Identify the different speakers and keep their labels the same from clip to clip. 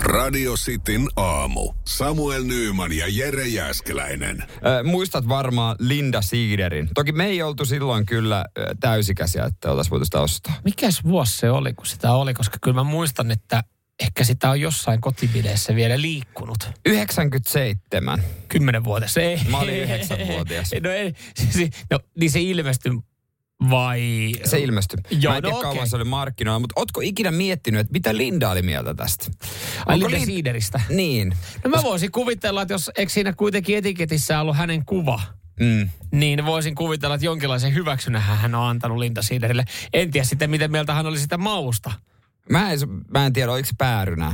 Speaker 1: Radio Cityn aamu. Samuel Nyyman ja Jere Jäskeläinen.
Speaker 2: Ö, muistat varmaan Linda Siiderin. Toki me ei oltu silloin kyllä ö, täysikäisiä, että oltaisiin voitu sitä ostaa.
Speaker 3: Mikäs vuosi se oli, kun sitä oli? Koska kyllä mä muistan, että ehkä sitä on jossain kotibileissä vielä liikkunut.
Speaker 2: 97.
Speaker 3: Kymmenen vuodessa. Ei.
Speaker 2: Mä olin yhdeksänvuotias.
Speaker 3: No, ei, siis, no niin se ilmestyi vai...
Speaker 2: Se ilmestyi.
Speaker 3: Joo,
Speaker 2: Mä en tiedä
Speaker 3: no
Speaker 2: kauan
Speaker 3: okei.
Speaker 2: se oli markkinoilla, mutta ootko ikinä miettinyt, että mitä Linda oli mieltä tästä?
Speaker 3: Ai
Speaker 2: Onko
Speaker 3: Linda Siideristä.
Speaker 2: Niin.
Speaker 3: No mä voisin kuvitella, että jos eikö siinä kuitenkin etiketissä ollut hänen kuva,
Speaker 2: Mm.
Speaker 3: niin voisin kuvitella, että jonkinlaisen hyväksynnän hän on antanut Linda Siiderille. En tiedä sitten, miten mieltä hän oli sitä mausta.
Speaker 2: Mä, en, mä en tiedä, oliko se päärynä.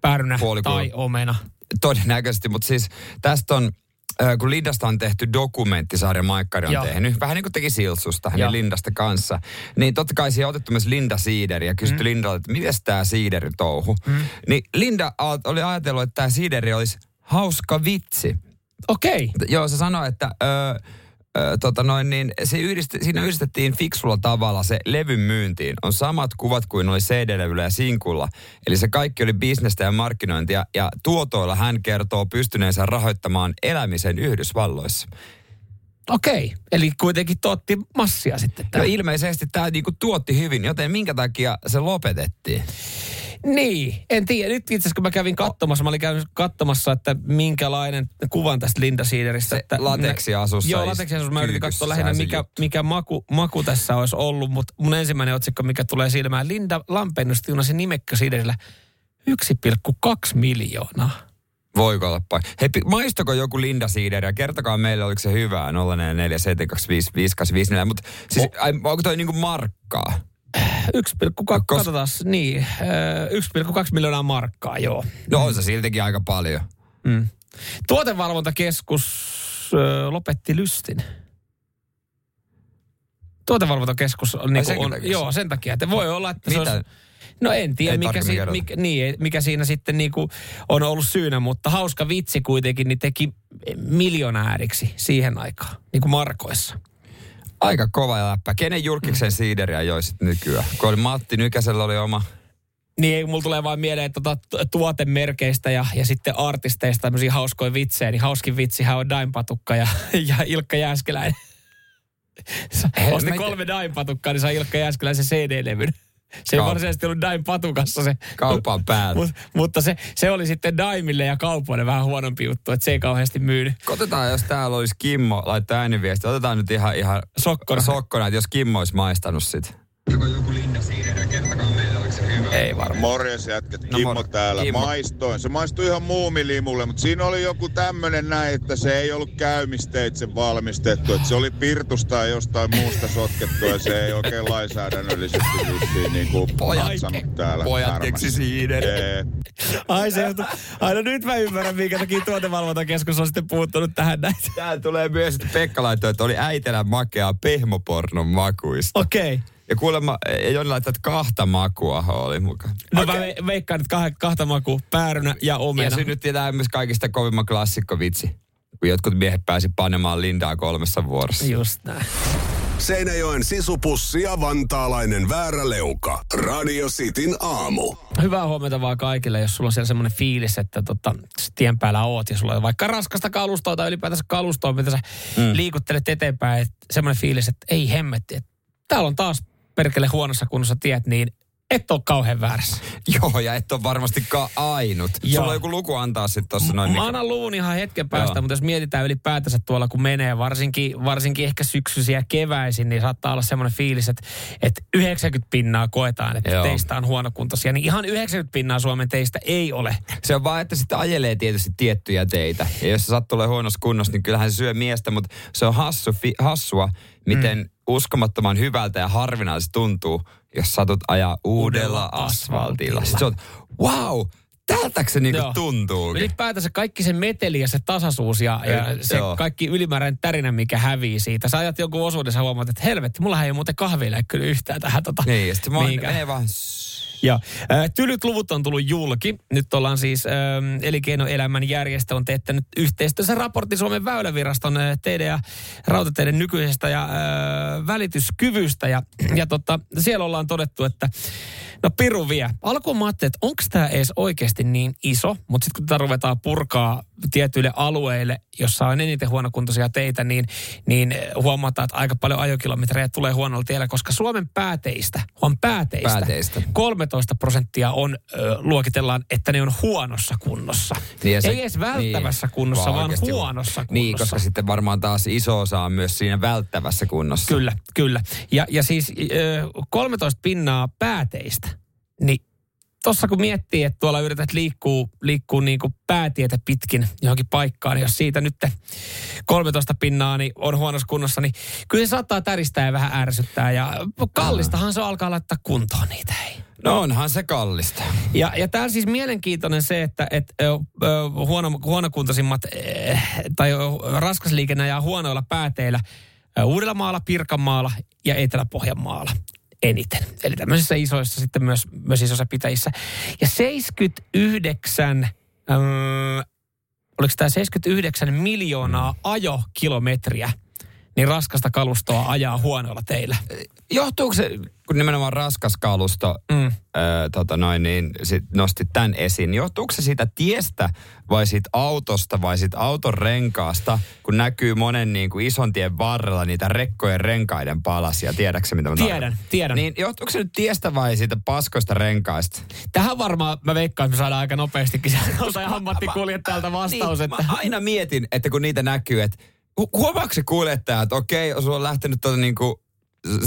Speaker 3: Päärynä
Speaker 2: Puolikulla.
Speaker 3: tai omena.
Speaker 2: Todennäköisesti, mutta siis tästä on, äh, kun Lindasta on tehty dokumenttisarja, Maikkari on
Speaker 3: Joo.
Speaker 2: tehnyt, vähän niin kuin teki Silsusta, hänen
Speaker 3: Joo.
Speaker 2: Lindasta kanssa, niin totta kai siihen on otettu myös Linda Siideri ja kysytty mm. Lindalta, että miten tämä Siideri touhu. Mm. Niin Linda a- oli ajatellut, että tämä Siideri olisi hauska vitsi.
Speaker 3: Okei. Okay.
Speaker 2: Joo, se sanoi, että ö, ö, tota noin, niin se yhdist, siinä yhdistettiin fiksulla tavalla se levyn myyntiin. On samat kuvat kuin oli CD-levyllä ja sinkulla. Eli se kaikki oli bisnestä ja markkinointia. Ja tuotoilla hän kertoo pystyneensä rahoittamaan elämisen Yhdysvalloissa.
Speaker 3: Okei. Okay. Eli kuitenkin tuotti massia sitten.
Speaker 2: No
Speaker 3: Tämä.
Speaker 2: ilmeisesti tämä niinku tuotti hyvin, joten minkä takia se lopetettiin?
Speaker 3: Niin, en tiedä. Nyt itse asiassa kun mä kävin katsomassa, mä olin käynyt katsomassa, että minkälainen kuvan tästä Linda Siideristä.
Speaker 2: Se
Speaker 3: Että
Speaker 2: lateksiasussa
Speaker 3: Joo,
Speaker 2: ist-
Speaker 3: lateksiasussa. Mä yritin
Speaker 2: kyykyssä
Speaker 3: katsoa lähinnä,
Speaker 2: sai se
Speaker 3: mikä,
Speaker 2: juttu.
Speaker 3: mikä maku, maku, tässä olisi ollut, mutta mun ensimmäinen otsikko, mikä tulee silmään, Linda Lampennus tiunasi nimekkä Siiderillä 1,2 miljoonaa.
Speaker 2: Voiko olla paikka? Hei, pi- maistoko joku Linda Siideriä? Kertokaa meille, oliko se hyvää. 0447255854. Mutta siis, ai, onko toi niinku markkaa?
Speaker 3: 1,2,
Speaker 2: Kos-
Speaker 3: katsotaan, niin, ö, 1,2 miljoonaa markkaa, joo.
Speaker 2: No on se siltikin aika paljon.
Speaker 3: Mm. Tuotevalvontakeskus ö, lopetti lystin. Tuotevalvontakeskus on, niin
Speaker 2: senkin
Speaker 3: on
Speaker 2: takia?
Speaker 3: joo, sen takia, että voi olla, että
Speaker 2: Mitä?
Speaker 3: se olisi, No en tiedä,
Speaker 2: Ei
Speaker 3: mikä,
Speaker 2: tarkemmin
Speaker 3: si-
Speaker 2: kerrota.
Speaker 3: mikä, niin, ei- mikä siinä sitten niinku on ollut syynä, mutta hauska vitsi kuitenkin, niin teki miljonääriksi siihen aikaan, niin kuin Markoissa.
Speaker 2: Aika kova läppä. Kenen
Speaker 3: Mm.
Speaker 2: julkiksen siideriä joi sit nykyään? Kun oli Matti Nykäsellä oli oma.
Speaker 3: Niin ei, mulla tulee vaan mieleen tota tu- tuotemerkeistä ja, ja sitten artisteista tämmöisiä hauskoja vitsejä, niin hauskin vitsihän on Daimpatukka ja, ja Ilkka Jääskeläinen. Sä
Speaker 2: Hei,
Speaker 3: Osti
Speaker 2: mä-
Speaker 3: kolme Daimpatukkaa, niin saa Ilkka Jääskeläisen CD-levyn. Se ei
Speaker 2: Kaup-
Speaker 3: varsinaisesti ollut Daimpatukassa se.
Speaker 2: Kaupan päällä.
Speaker 3: Mut, mutta se, se oli sitten Daimille ja kaupoille vähän huonompi juttu, että se ei kauheasti myynyt.
Speaker 2: Kotetaan, jos täällä olisi Kimmo, laittaa ääniviesti. Otetaan nyt ihan, ihan
Speaker 3: Sokkona.
Speaker 2: sokkona, että jos Kimmo olisi maistanut sit.
Speaker 3: Ei varmaan.
Speaker 4: Morjes jätket,
Speaker 2: No
Speaker 4: Kimmo
Speaker 2: mor-
Speaker 4: täällä.
Speaker 2: Kimmo.
Speaker 4: Maistoin. Se maistui ihan muumilimulle, mutta siinä oli joku tämmönen näin, että se ei ollut käymisteitse valmistettu. Että se oli pirtusta ja jostain muusta sotkettu ja se ei oikein lainsäädännöllisesti vissiin niin kuin
Speaker 2: Pojat-
Speaker 4: täällä.
Speaker 2: Pojat
Speaker 4: härmässä.
Speaker 2: keksi siideriä.
Speaker 4: Jee.
Speaker 3: Ai se johtu. Aina nyt mä ymmärrän, minkä takia tuotevalvontakeskus on sitten puuttunut tähän näitä.
Speaker 2: Tää tulee myös, että Pekka laittoi, että oli äitelä makeaa pehmopornon makuista.
Speaker 3: Okei. Okay.
Speaker 2: Ja kuulemma, ei ole laittaa, että kahta makua oli mukaan.
Speaker 3: No okay. mä ve- veikkaan nyt kah- kahta makua, päärynä ja omena.
Speaker 2: Ja synnytti tämä myös kaikista kovimman klassikkovitsi. Kun jotkut miehet pääsi panemaan Lindaa kolmessa vuorossa.
Speaker 3: Just näin.
Speaker 1: Seinäjoen sisupussi ja vantaalainen vääräleuka. Radio Cityn aamu.
Speaker 3: Hyvää huomenta vaan kaikille, jos sulla on siellä semmoinen fiilis, että tota, sä tien päällä oot ja sulla on vaikka raskasta kalustoa tai ylipäätänsä kalustoa, mitä sä mm. liikuttelet eteenpäin. Että semmoinen fiilis, että ei hemmetti, että täällä on taas perkele huonossa kunnossa tiet, niin et ole kauhean väärässä.
Speaker 2: Joo, ja et ole varmastikaan ainut. Joo.
Speaker 3: Joo.
Speaker 2: Sulla on joku luku antaa sitten tuossa noin. niin
Speaker 3: Mä
Speaker 2: Mikä...
Speaker 3: annan luun ihan hetken päästä,
Speaker 2: Joo.
Speaker 3: mutta jos mietitään ylipäätänsä tuolla, kun menee, varsinkin, varsinkin ehkä syksyisiä ja keväisin, niin saattaa olla semmoinen fiilis, että, että 90 pinnaa koetaan, että
Speaker 2: Joo.
Speaker 3: Joo. teistä on huonokuntoisia. Niin ihan 90 pinnaa Suomen teistä ei ole.
Speaker 2: Se on vaan, että sitten ajelee tietysti tiettyjä teitä. Ja jos sä saat tulee huonossa kunnossa, niin kyllähän se syö miestä, mutta se on hassu, fi, hassua, miten mm. uskomattoman hyvältä ja harvinaisesti tuntuu, jos satut ajaa uudella
Speaker 3: Uudella
Speaker 2: asfaltilla.
Speaker 3: asfaltilla.
Speaker 2: Sitten sä oot, wow, tältäkö se niinku
Speaker 3: Joo.
Speaker 2: tuntuu?
Speaker 3: Ylipäätänsä kaikki se meteli ja se tasasuus ja, ja
Speaker 2: Ei,
Speaker 3: se
Speaker 2: joo.
Speaker 3: kaikki ylimääräinen tärinä, mikä hävii siitä. Sä ajat jonkun osuuden, sä huomaat, että helvetti, mulla ei ole muuten kahville kyllä yhtään tähän tota,
Speaker 2: Niin, ja sitten vaan
Speaker 3: mihinkään.
Speaker 2: menee vaan...
Speaker 3: Ja, äh, tylyt luvut on tullut julki. Nyt ollaan siis, äh, elinkeinoelämän järjestö on teettänyt yhteistyössä raportti Suomen väyläviraston äh, teidän ja rautateiden nykyisestä ja äh, välityskyvystä. Ja, ja tota, siellä ollaan todettu, että no piru vie. Alkuun mä ajattelin, että onko tämä edes oikeasti niin iso, mutta sitten kun tätä ruvetaan purkaa tietyille alueille, jossa on eniten huonokuntoisia teitä, niin, niin huomataan, että aika paljon ajokilometrejä tulee huonolla tiellä, koska Suomen pääteistä, huom pääteistä,
Speaker 2: Pääteistä.
Speaker 3: 13 prosenttia on, ö, luokitellaan, että ne on huonossa kunnossa.
Speaker 2: Niin ja
Speaker 3: Ei edes välttävässä
Speaker 2: niin,
Speaker 3: kunnossa, vaan
Speaker 2: oikeasti huono.
Speaker 3: huonossa
Speaker 2: Niin,
Speaker 3: kunnossa.
Speaker 2: koska sitten varmaan taas iso osa on myös siinä välttävässä kunnossa.
Speaker 3: Kyllä, kyllä. Ja, ja siis ö, 13 pinnaa pääteistä, niin tuossa kun miettii, että tuolla yrität liikkuu, liikkuu niin kuin päätietä pitkin johonkin paikkaan, niin jos siitä nyt 13 pinnaa niin on huonossa kunnossa, niin kyllä se saattaa täristää ja vähän ärsyttää. Ja kallistahan se alkaa laittaa kuntoon niitä, ei.
Speaker 2: No onhan se kallista.
Speaker 3: Ja, ja tämä on siis mielenkiintoinen se, että et, ö, ö, huono, huonokuntoisimmat ö, tai ö, raskas liikenne ja huonoilla pääteillä ö, Uudellamaalla, Pirkanmaalla ja Etelä-Pohjanmaalla eniten. Eli tämmöisissä isoissa sitten myös, myös isoissa pitäjissä. Ja 79, öö, oliko tämä 79 miljoonaa ajokilometriä, niin raskasta kalustoa ajaa huonoilla teillä.
Speaker 2: Johtuuko se, kun nimenomaan raskas kalusto, mm.
Speaker 3: Mm.
Speaker 2: öö, tota noin, niin sit nosti tämän esiin, niin johtuuko se siitä tiestä vai siitä autosta vai siitä auton renkaasta, kun näkyy monen niin kuin ison tien varrella niitä rekkojen renkaiden palasia, tiedäksä mitä mä
Speaker 3: Tiedän,
Speaker 2: tarkoitan?
Speaker 3: tiedän.
Speaker 2: Niin johtuuko se nyt tiestä vai siitä paskoista renkaista?
Speaker 3: Tähän varmaan mä veikkaan, että me saadaan aika nopeastikin osa ammattikuljettajalta vastaus,
Speaker 2: niin,
Speaker 3: että
Speaker 2: Mä aina mietin, että kun niitä näkyy, että hu- huomaako se kuljettaja, että okei, sulla on lähtenyt tuota niin kuin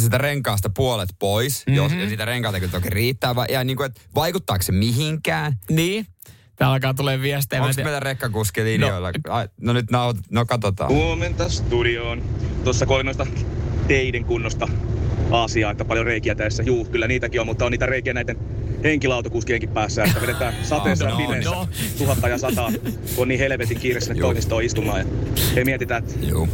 Speaker 2: sitä renkaasta puolet pois, mm-hmm.
Speaker 3: Mhm.
Speaker 2: jos ja sitä renkaata kyllä toki riittää, vai, ja niin kuin, että vaikuttaako se mihinkään?
Speaker 3: niin. Täällä alkaa tulee viestejä. Mä en
Speaker 2: Onko
Speaker 3: tiedä.
Speaker 2: meillä rekkakuski linjoilla? No, Ai, no nyt naut, no katsotaan.
Speaker 5: Huomenta studioon. Tuossa koin noista teiden kunnosta asiaa, aika paljon reikiä tässä. Juu, kyllä niitäkin on, mutta on niitä reikiä näiden henkilöautokuskienkin päässä, että vedetään sateessa
Speaker 2: No,
Speaker 5: ja pimeässä
Speaker 3: no.
Speaker 5: tuhatta ja sataa, kun on niin helvetin kiire sinne
Speaker 2: Juu.
Speaker 5: toimistoon istumaan. Ja ei mietitä, että
Speaker 2: Juu.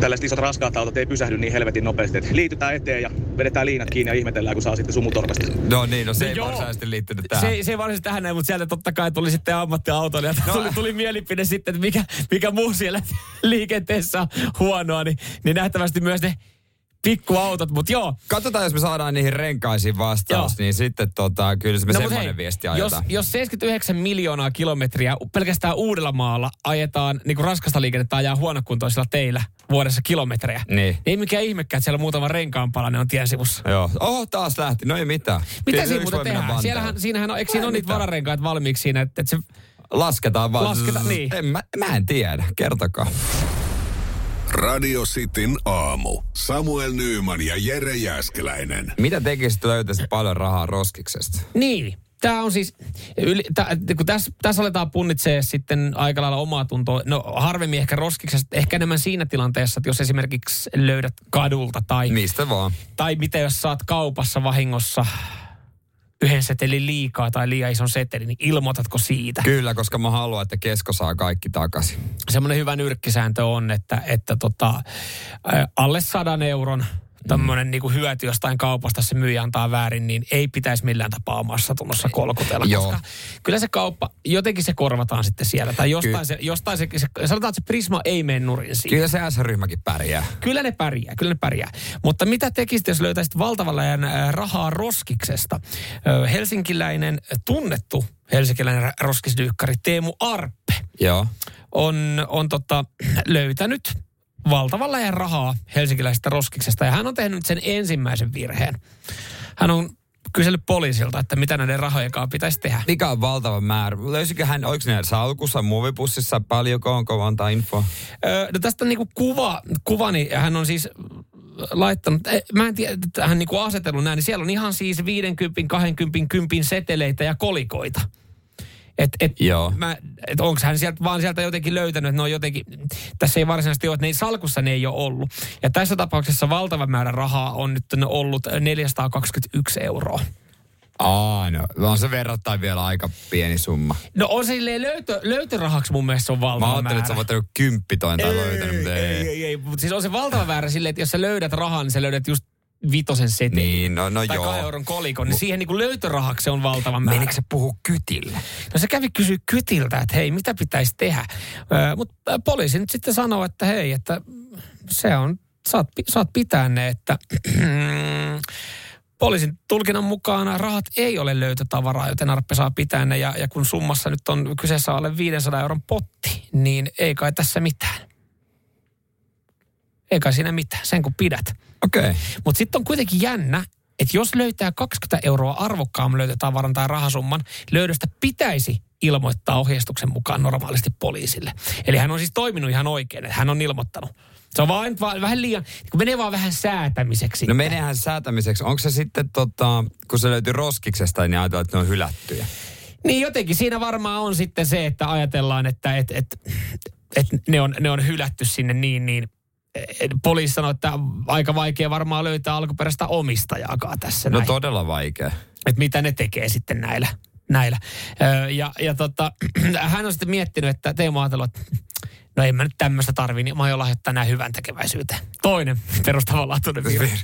Speaker 5: tällaiset isot raskaat autot ei pysähdy niin helvetin nopeasti. Että liitytään eteen ja vedetään liinat kiinni ja ihmetellään, kun saa sitten sumutorvasta.
Speaker 2: No niin, no se
Speaker 3: No
Speaker 2: ei
Speaker 3: joo.
Speaker 2: varsinaisesti liittynyt
Speaker 3: Se,
Speaker 2: tähän.
Speaker 3: ei- se ei varsinaisesti tähän näin, mutta sieltä totta kai tuli sitten ammattiautoilija. No. Tuli, tuli mielipide sitten, että mikä, mikä muu siellä liikenteessä on huonoa, niin, niin nähtävästi myös ne pikkuautot. Mutta joo,
Speaker 2: Katsotaan, jos me saadaan niihin renkaisiin vastaus,
Speaker 3: Joo.
Speaker 2: niin sitten tota, kyllä se me no,
Speaker 3: No, mut
Speaker 2: semmoinen
Speaker 3: hei,
Speaker 2: viesti
Speaker 3: jos,
Speaker 2: ajetaan.
Speaker 3: jos 79 miljoonaa kilometriä pelkästään Uudellamaalla ajetaan niin kuin raskasta liikennettä ajaa huonokuntoisilla teillä vuodessa kilometrejä,
Speaker 2: Niin.
Speaker 3: ei mikään ihmekään, että siellä muutama renkaanpalainen on tien sivussa.
Speaker 2: Joo. Oho, taas lähti. No ei mitään. Kyllä
Speaker 3: Mitä
Speaker 2: se yksi
Speaker 3: siinä muuten
Speaker 2: voi mennä
Speaker 3: tehdään?
Speaker 2: Vantaalle.
Speaker 3: Siellähän, siinähän on, eikö siinä
Speaker 2: Ei
Speaker 3: on niitä
Speaker 2: mitään.
Speaker 3: vararenkaat valmiiksi siinä, että, että se,
Speaker 2: Lasketaan vaan.
Speaker 3: Lasketaan, niin.
Speaker 2: En, mä, mä en tiedä, kertokaa.
Speaker 1: Radio Cityn aamu. Samuel Nyyman ja Jere Jäskeläinen.
Speaker 2: Mitä tekisit, löytäisit paljon rahaa roskiksesta?
Speaker 3: niin. Tämä on siis, yli, tä, kun tässä, tässä aletaan punnitsee sitten aika lailla omaa tuntoa, no harvemmin ehkä roskiksesta, ehkä enemmän siinä tilanteessa, että jos esimerkiksi löydät kadulta tai
Speaker 2: Mistä vaan.
Speaker 3: Tai mitä jos saat kaupassa vahingossa yhden setelin liikaa tai liian ison setelin, niin ilmoitatko siitä?
Speaker 2: Kyllä, koska mä haluan, että kesko saa kaikki takaisin.
Speaker 3: Semmoinen hyvä nyrkkisääntö on, että, että tota, ä, alle sadan euron
Speaker 2: Mm.
Speaker 3: tämmöinen niinku hyöty jostain kaupasta, se myyjä antaa väärin, niin ei pitäisi millään tapaa omassa tunnossa kolkutella,
Speaker 2: Joo.
Speaker 3: koska kyllä se kauppa, jotenkin se korvataan sitten siellä. Tai jostain,
Speaker 2: Ky-
Speaker 3: se, jostain se, se, sanotaan, että se Prisma ei mene nurin siitä.
Speaker 2: Kyllä se S-ryhmäkin pärjää.
Speaker 3: Kyllä ne pärjää, kyllä ne pärjää. Mutta mitä tekisit, jos löytäisit valtavan läjän äh, rahaa roskiksesta? Ö, Helsinkiläinen äh, tunnettu helsinkiläinen ra- roskisdyykkari Teemu Arppe
Speaker 2: Joo.
Speaker 3: on, on tota, löytänyt valtavan läjän rahaa helsinkiläisestä roskiksesta. Ja hän on tehnyt sen ensimmäisen virheen. Hän on kysellyt poliisilta, että mitä näiden rahojen kanssa pitäisi tehdä.
Speaker 2: Mikä on valtava määrä? Löysikö hän, oliko ne salkussa, muovipussissa, paljonko onko monta info?
Speaker 3: Öö, no tästä niinku kuva, kuva, niin hän on siis laittanut, eh, mä en tiedä, että hän niinku asetellut näin, niin siellä on ihan siis 50, 20, 10 seteleitä ja kolikoita. Et, et,
Speaker 2: Joo.
Speaker 3: mä, et onko hän sieltä, vaan sieltä jotenkin löytänyt, että ne on jotenkin, tässä ei varsinaisesti ole, että ne ei, salkussa ne ei ole ollut. Ja tässä tapauksessa valtava määrä rahaa on nyt ollut 421 euroa.
Speaker 2: Aa, no on se verrattain vielä aika pieni summa.
Speaker 3: No on silleen löytö, löytörahaksi mun mielestä se on valtava
Speaker 2: Mä ajattelin, että sä
Speaker 3: määrä.
Speaker 2: oot ottanut kymppitoin tai löytänyt, mutta
Speaker 3: ei,
Speaker 2: ei.
Speaker 3: ei, ei, ei. Mutta siis on se valtava väärä silleen, että jos sä löydät rahan, niin sä löydät just vitosen setin.
Speaker 2: Niin, no, no
Speaker 3: tai
Speaker 2: joo.
Speaker 3: kahden euron kolikon, niin siihen niin löytörahaksi se on valtava määrä.
Speaker 2: Menikö se puhu kytille?
Speaker 3: No se kävi kysyä kytiltä, että hei, mitä pitäisi tehdä. Öö, Mutta poliisi nyt sitten sanoi, että hei, että se on, saat, saat pitää ne, että poliisin tulkinnan mukaan rahat ei ole löytötavaraa, joten Arppe saa pitää ne. Ja, ja kun summassa nyt on kyseessä alle 500 euron potti, niin ei kai tässä mitään. Ei kai siinä mitään, sen kun pidät.
Speaker 2: Okei. Okay.
Speaker 3: Mutta sitten on kuitenkin jännä, että jos löytää 20 euroa arvokkaamman löytötavaran tai rahasumman, löydöstä pitäisi ilmoittaa ohjeistuksen mukaan normaalisti poliisille. Eli hän on siis toiminut ihan oikein, että hän on ilmoittanut. Se on vaan, vaan vähän liian, kun menee vaan vähän säätämiseksi.
Speaker 2: No menehän säätämiseksi. Onko se sitten, tota, kun se löytyy roskiksesta, niin ajatellaan, että ne on hylättyjä.
Speaker 3: Niin jotenkin siinä varmaan on sitten se, että ajatellaan, että et, et, et ne, on, ne on hylätty sinne niin, niin et poliisi sanoi, että aika vaikea varmaan löytää alkuperäistä omistajaakaan tässä.
Speaker 2: No
Speaker 3: näin.
Speaker 2: todella vaikea.
Speaker 3: että mitä ne tekee sitten näillä. näillä. Öö, ja ja tota, hän on sitten miettinyt, että Teemu on ajatellut, että no en mä nyt tämmöistä tarvii, niin mä aion lahjoittaa nämä hyvän tekeväisyyteen. Toinen perustavanlaatuinen virhe.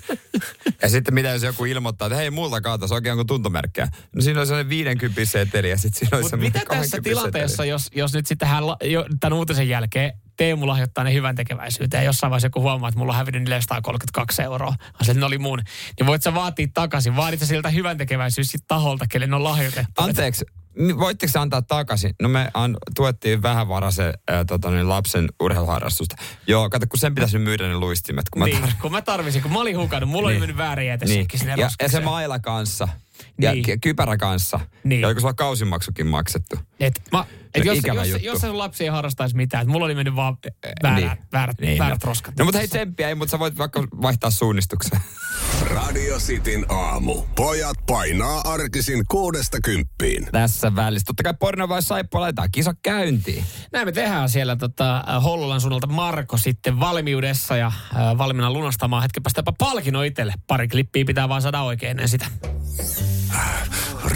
Speaker 2: Ja sitten mitä jos joku ilmoittaa, että hei, multa kaataisi oikein jonkun tuntomerkkiä. No siinä oli sellainen 50 seteli ja sitten siinä oli
Speaker 3: Mutta
Speaker 2: sellainen
Speaker 3: mitä tässä
Speaker 2: 20
Speaker 3: tilanteessa,
Speaker 2: seteli.
Speaker 3: jos, jos nyt sitten hän, la- jo, tämän uutisen jälkeen Teemu lahjoittaa ne hyvän tekeväisyyteen ja jossain vaiheessa joku huomaa, että mulla on hävinnyt 432 euroa. Mä sanoin, että ne oli mun. Niin voit sä vaatia takaisin. Vaadit sä siltä hyvän tekeväisyys sit taholta, kelle ne on lahjoitettu.
Speaker 2: Anteeksi, mi- voitteko te antaa takaisin? No me an, tuettiin vähän varase ää, tota, niin lapsen urheiluharrastusta. Joo, kato, kun sen pitäisi nyt myydä ne luistimet, kun mä
Speaker 3: niin,
Speaker 2: tar-
Speaker 3: kun mä tarvisin, kun mä olin hukannut, mulla niin. oli mennyt väärin jäte niin. sinne
Speaker 2: ja, ja, se
Speaker 3: roskikseen.
Speaker 2: maila kanssa. Ja
Speaker 3: Niin.
Speaker 2: niin. kypärä kanssa.
Speaker 3: Niin.
Speaker 2: Niin. Ja oliko sulla kausimaksukin maksettu?
Speaker 3: Et, mä, et
Speaker 2: Se
Speaker 3: jos,
Speaker 2: ikävä
Speaker 3: jos,
Speaker 2: juttu.
Speaker 3: jos, se sun lapsi ei harrastaisi mitään, että mulla oli mennyt vaan väärät, niin. väärät, niin, väärät
Speaker 2: no.
Speaker 3: roskat.
Speaker 2: No mutta hei tsemppiä, ei, mutta sä voit vaikka vaihtaa suunnistuksen.
Speaker 1: Radio Cityn aamu. Pojat painaa arkisin kuudesta kymppiin.
Speaker 2: Tässä välissä. Totta kai porno vai saippua laitetaan kisa käyntiin.
Speaker 3: Näin me tehdään siellä tota, Hollolan suunnalta Marko sitten valmiudessa ja äh, valmiina lunastamaan hetken päästä jopa palkinnon itselle. Pari klippiä pitää vaan saada oikein ennen sitä.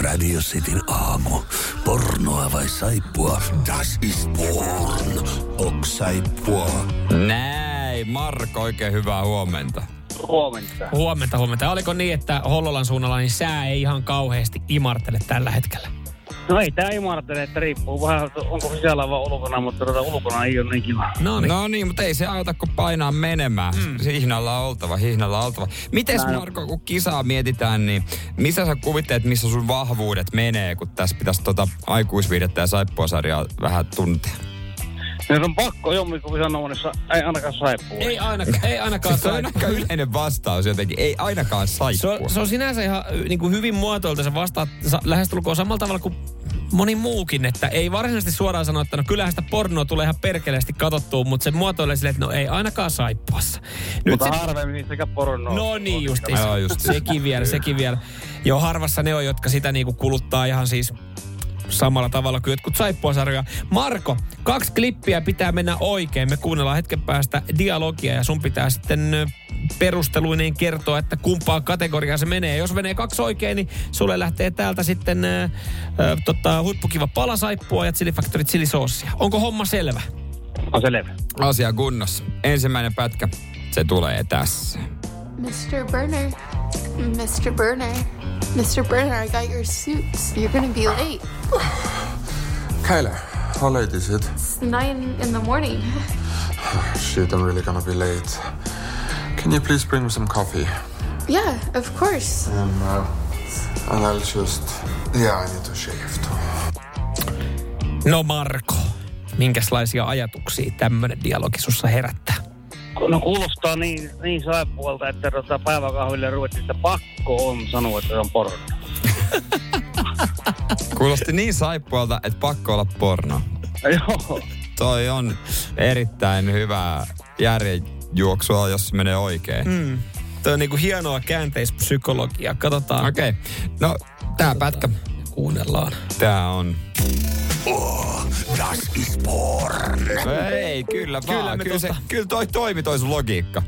Speaker 1: Radio Cityn aamu. Pornoa vai saippua? Das is porn. Ok saippua.
Speaker 2: Näin, Marko, oikein hyvää huomenta.
Speaker 6: Huomenta.
Speaker 3: Huomenta, huomenta. Ja Oliko niin, että Hollolan suunnalla niin sää ei ihan kauheasti imartele tällä hetkellä?
Speaker 6: No ei tää imartele, että riippuu vähän, onko sisällä vai ulkona, mutta tuota ulkona ei ole niin kiva.
Speaker 3: No niin.
Speaker 2: No niin, mutta ei se auta, kun painaa menemään. Mm. Hihnalla on oltava, hihnalla on oltava. Mites Marko, kun kisaa mietitään, niin missä sä kuvittelet, missä sun vahvuudet menee, kun tässä pitäisi tota aikuisviidettä ja saippuasarjaa vähän tuntea?
Speaker 6: Nyt on pakko jommikukin sanoa, että ei ainakaan saippua.
Speaker 3: Ei ainakaan, ei ainakaan.
Speaker 2: Siis se on aika yleinen vastaus jotenkin, ei ainakaan
Speaker 3: Se on,
Speaker 2: saippua.
Speaker 3: se on sinänsä ihan niin kuin hyvin muotoilta. Se vastaa sa, lähestulkoon samalla tavalla kuin moni muukin, että ei varsinaisesti suoraan sanoa, että no kyllähän sitä pornoa tulee ihan perkeleesti katsottua, mutta se muotoilee silleen, että no ei ainakaan saippuassa. Nyt
Speaker 6: mutta
Speaker 3: se,
Speaker 6: harvemmin niistäkään pornoa.
Speaker 3: no niin justi.
Speaker 2: Joo, justiinsa.
Speaker 3: Sekin vielä, sekin vielä. Joo, harvassa ne on, jotka sitä niinku kuluttaa ihan siis samalla tavalla kuin jotkut saippuasarjoja. Marko, kaksi klippiä pitää mennä oikein. Me kuunnellaan hetken päästä dialogia ja sun pitää sitten ö, perusteluineen kertoa, että kumpaan kategoriaan se menee. Jos menee kaksi oikein, niin sulle lähtee täältä sitten ö, ö, tota, huippukiva palasaippua ja Chili Factory chili soosia. Onko homma selvä?
Speaker 6: On selvä.
Speaker 2: Asia kunnossa. Ensimmäinen pätkä, se tulee tässä.
Speaker 7: Mr. Burner, Mr. Burner, Mr. Burner, I got your suits. You're gonna be late.
Speaker 8: Kyler, how late is it?
Speaker 7: It's nine in the morning.
Speaker 8: Shit, I'm really gonna be late. Can you please bring me some coffee?
Speaker 7: Yeah, of course.
Speaker 8: Um, uh, and I'll just. Yeah, I need to shave too.
Speaker 3: No Marko, minkälaisia ajatuksia tämmöinen dialogi sussa herättää?
Speaker 6: No kuulostaa niin, niin saippualta, että tuota päiväkahville ruvettiin, että pakko on sanoa, että se on porno.
Speaker 2: Kuulosti niin saippualta, että pakko olla porno.
Speaker 6: Joo.
Speaker 2: Toi on erittäin hyvää järjenjuoksua, jos se menee oikein. Mm.
Speaker 3: Tuo on niinku hienoa käänteispsykologiaa. Katsotaan.
Speaker 2: Okei, okay. no tää pätkä,
Speaker 3: Kuunnellaan.
Speaker 2: tää on.
Speaker 1: Das is porn.
Speaker 2: Ei, kyllä vaan.
Speaker 3: Kyllä
Speaker 2: Kyllä,
Speaker 3: me
Speaker 2: kyllä, se,
Speaker 3: tota-
Speaker 2: kyllä toi toimi toi sun logiikka.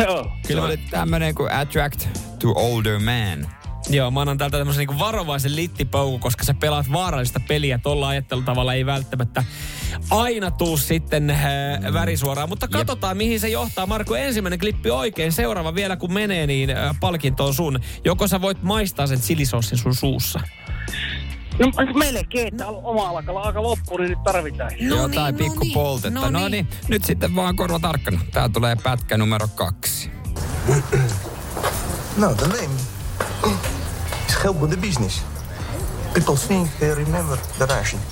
Speaker 6: Joo.
Speaker 2: Kyllä oli tämmönen kuin attract to older man.
Speaker 3: Joo, mä annan täältä tämmöisen niinku varovaisen littipoukun, koska sä pelaat vaarallista peliä. Tuolla ajattelutavalla ei välttämättä aina tuu sitten äh, värisuoraan. Mutta katsotaan, mihin se johtaa. Marko, ensimmäinen klippi oikein. Seuraava vielä, kun menee, niin äh, palkinto on sun. Joko sä voit maistaa sen chilisossin sun suussa?
Speaker 6: No melkein, että oma alkalla aika loppuun, niin nyt tarvitaan.
Speaker 2: No Jotain niin, pikku poltetta. No niin. no niin, nyt sitten vaan korva tarkkana. Tää tulee pätkä numero kaksi.
Speaker 9: No, the name is help with the business. People think they remember the Russian.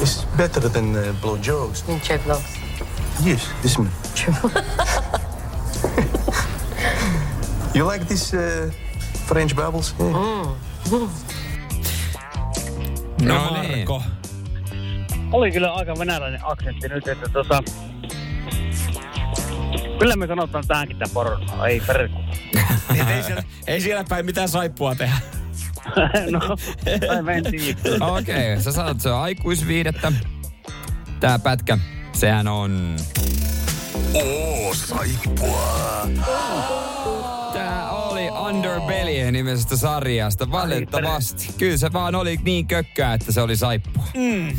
Speaker 9: It's better than uh, blowjobs.
Speaker 10: In check those.
Speaker 9: Yes, this man. you like this uh, French bubbles? Yeah.
Speaker 2: No,
Speaker 3: Marko.
Speaker 6: Oli kyllä aika venäläinen aksentti nyt, että tota... Kyllä me sanotaan tähänkin tämän porno. Ei perkele.
Speaker 3: Niin. ei, siellä, ei siellä päin mitään saippua tehdä.
Speaker 6: no, tai mä en tiedä.
Speaker 2: Okei, okay, sä sanot, että se on aikuisviidettä. Tää pätkä, sehän on...
Speaker 1: Oo, saippua.
Speaker 2: Tää oli Underbelly nimisestä sarjasta, valitettavasti. Kyllä se vaan oli niin kökkää, että se oli saippu.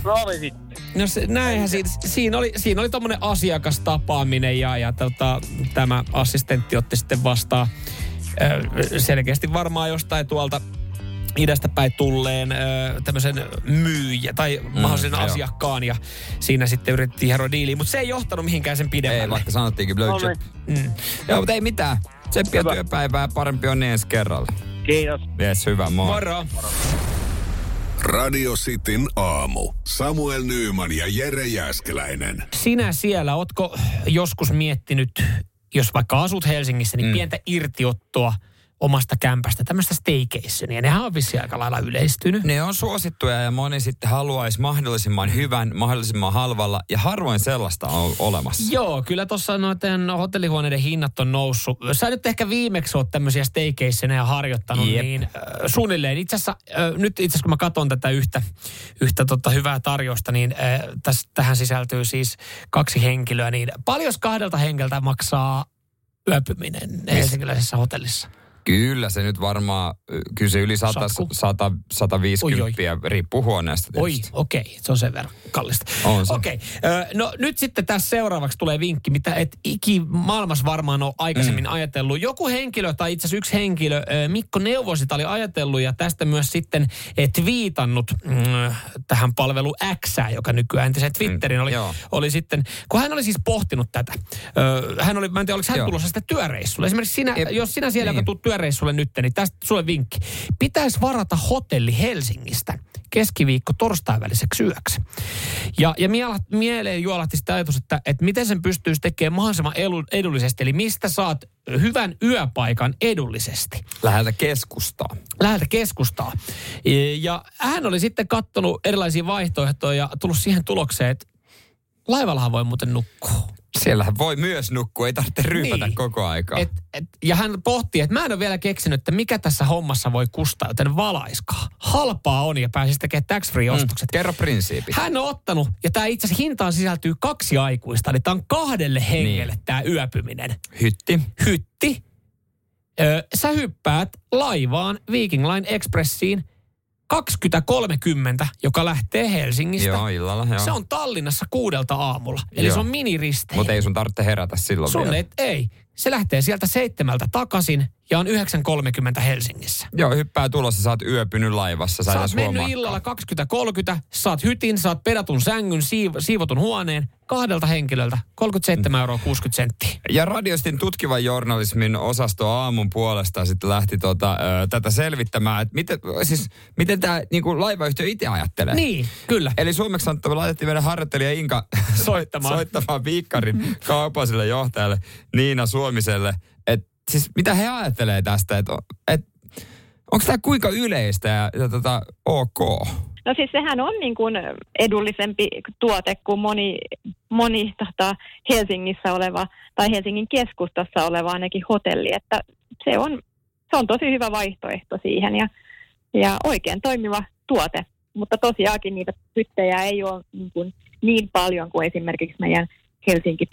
Speaker 6: No oli sitten.
Speaker 3: No se, näinhän siinä, siinä oli, siinä oli tommonen asiakastapaaminen ja, ja tota, tämä assistentti otti sitten vastaan ö, selkeästi varmaan jostain tuolta idästä päin tulleen ö, tämmöisen myyjä tai mahdollisen
Speaker 2: Mm, joo.
Speaker 3: asiakkaan ja siinä sitten yritettiin hieroa diiliä, mutta se ei johtanut mihinkään sen pidemmälle.
Speaker 2: Ei, vaikka sanottiinkin blowjob. Mm. Joo, mutta ei mitään. Tseppiä työpäivää, parempi on ensi kerralla.
Speaker 6: Kiitos.
Speaker 2: Jes, hyvä, moi.
Speaker 3: Moro.
Speaker 1: Radio Cityn aamu. Samuel Nyyman ja Jere Jäskeläinen.
Speaker 3: Sinä siellä, ootko joskus miettinyt, jos vaikka asut Helsingissä, niin mm. pientä irtiottoa omasta kämpästä, tämmöistä staycationia. Nehän on vissiin aika lailla yleistynyt.
Speaker 2: Ne on suosittuja ja moni sitten haluaisi mahdollisimman hyvän, mahdollisimman halvalla ja harvoin sellaista on olemassa.
Speaker 3: Joo, kyllä tuossa noiden hotellihuoneiden hinnat on noussut. Sä nyt ehkä viimeksi oot tämmöisiä staycationeja harjoittanut,
Speaker 2: Jep.
Speaker 3: Jep. niin äh, suunnilleen. Itse asiassa, äh, nyt itse asiassa kun mä katson tätä yhtä, yhtä tota hyvää tarjousta, niin äh, täs, tähän sisältyy siis kaksi henkilöä. Niin paljon kahdelta henkeltä maksaa yöpyminen helsinkiläisessä hotellissa?
Speaker 2: Kyllä se nyt varmaan, ö, kyllä se yli 100,
Speaker 3: Satku.
Speaker 2: 100, 150, oi, oi. riippuu huoneesta
Speaker 3: Oi,
Speaker 2: tietysti.
Speaker 3: okei, se on sen verran kallista.
Speaker 2: On se.
Speaker 3: Okei, ö, no nyt sitten tässä seuraavaksi tulee vinkki, mitä et iki maailmassa varmaan ole aikaisemmin mm. ajatellut. Joku henkilö, tai itse asiassa yksi henkilö, ö, Mikko Neuvosita oli ajatellut ja tästä myös sitten ö, twiitannut mm, tähän palvelu X, joka nykyään entisen Twitterin oli,
Speaker 2: Mm, joo.
Speaker 3: oli sitten, kun hän oli siis pohtinut tätä. Ö, hän oli, mä en tiedä, oliko hän
Speaker 2: Joo.
Speaker 3: tulossa sitten työreissulle. Esimerkiksi sinä,
Speaker 2: Jep,
Speaker 3: jos sinä siellä,
Speaker 2: niin.
Speaker 3: joka tulet työreissulle nyt, niin tästä sulle vinkki. Pitäisi varata hotelli Helsingistä keskiviikko torstain väliseksi yöksi. Ja, ja miela- mieleen juolahti sitä ajatus, että, että miten sen pystyisi tekemään mahdollisimman elu- edullisesti. Eli mistä saat hyvän yöpaikan edullisesti
Speaker 2: Läheltä keskustaa.
Speaker 3: läheltä keskustaa. E- Ja hän oli sitten kattonut erilaisia vaihtoehtoja ja tullut siihen tulokseen, että laivallahan voi muuten nukkua.
Speaker 2: Siellähän voi myös nukkua, ei tarvitse ryypätä
Speaker 3: Niin.
Speaker 2: koko aikaa.
Speaker 3: Et, et, ja hän pohti, että mä en ole vielä keksinyt, että mikä tässä hommassa voi kustaa, joten valaiskaa. Halpaa on ja pääsis tekemään
Speaker 2: Mm.
Speaker 3: tax-free ostokset.
Speaker 2: Kerro prinsiipit.
Speaker 3: Hän on ottanut, ja tämä itse asiassa hintaan sisältyy kaksi aikuista, eli tämä on kahdelle hengelle niin. tämä yöpyminen.
Speaker 2: Hytti.
Speaker 3: Hytti, ö, sä hyppäät laivaan Viking Line Expressiin 20.30, joka lähtee Helsingistä.
Speaker 2: Joo, illalla. Joo.
Speaker 3: Se on Tallinnassa kuudelta aamulla, eli
Speaker 2: Joo.
Speaker 3: se on miniristeily.
Speaker 2: Mutta ei sun tarvitse herätä silloin
Speaker 3: Sun
Speaker 2: vielä.
Speaker 3: ei, ei. Se lähtee sieltä seitsemältä takaisin ja on 9.30 Helsingissä.
Speaker 2: Joo, hyppää tulossa, sä oot yöpynyt laivassa, sä,
Speaker 3: Sä
Speaker 2: et
Speaker 3: oot
Speaker 2: edes
Speaker 3: mennyt
Speaker 2: huomaakaan.
Speaker 3: illalla 20.30, saat hytin, saat pedatun sängyn, siiv- siivotun huoneen kahdelta henkilöltä,
Speaker 2: Mm.
Speaker 3: 37 euroa 60 senttiä.
Speaker 2: Ja Radiostin tutkivan journalismin osasto aamun puolesta sitten lähti tuota, ö, tätä selvittämään, että miten, siis, miten tämä niinku, laivayhtiö itse ajattelee.
Speaker 3: Niin, kyllä.
Speaker 2: Eli suomeksi sanottuna me laitettiin meidän harjoittelija Inka
Speaker 3: Soittamaan.
Speaker 2: soittamaan viikkarin kaupalliselle johtajalle Niina Suomiselle. Et, siis mitä he ajattelee tästä, että et, onko tämä kuinka yleistä ja, ja tota, ok?
Speaker 11: No siis sehän on niin kuin edullisempi tuote kuin moni, moni tota, Helsingissä oleva tai Helsingin keskustassa oleva ainakin hotelli, että se on, se on tosi hyvä vaihtoehto siihen ja, ja oikein toimiva tuote. Mutta tosiaankin niitä tyttöjä ei ole niin, kuin niin paljon kuin esimerkiksi meidän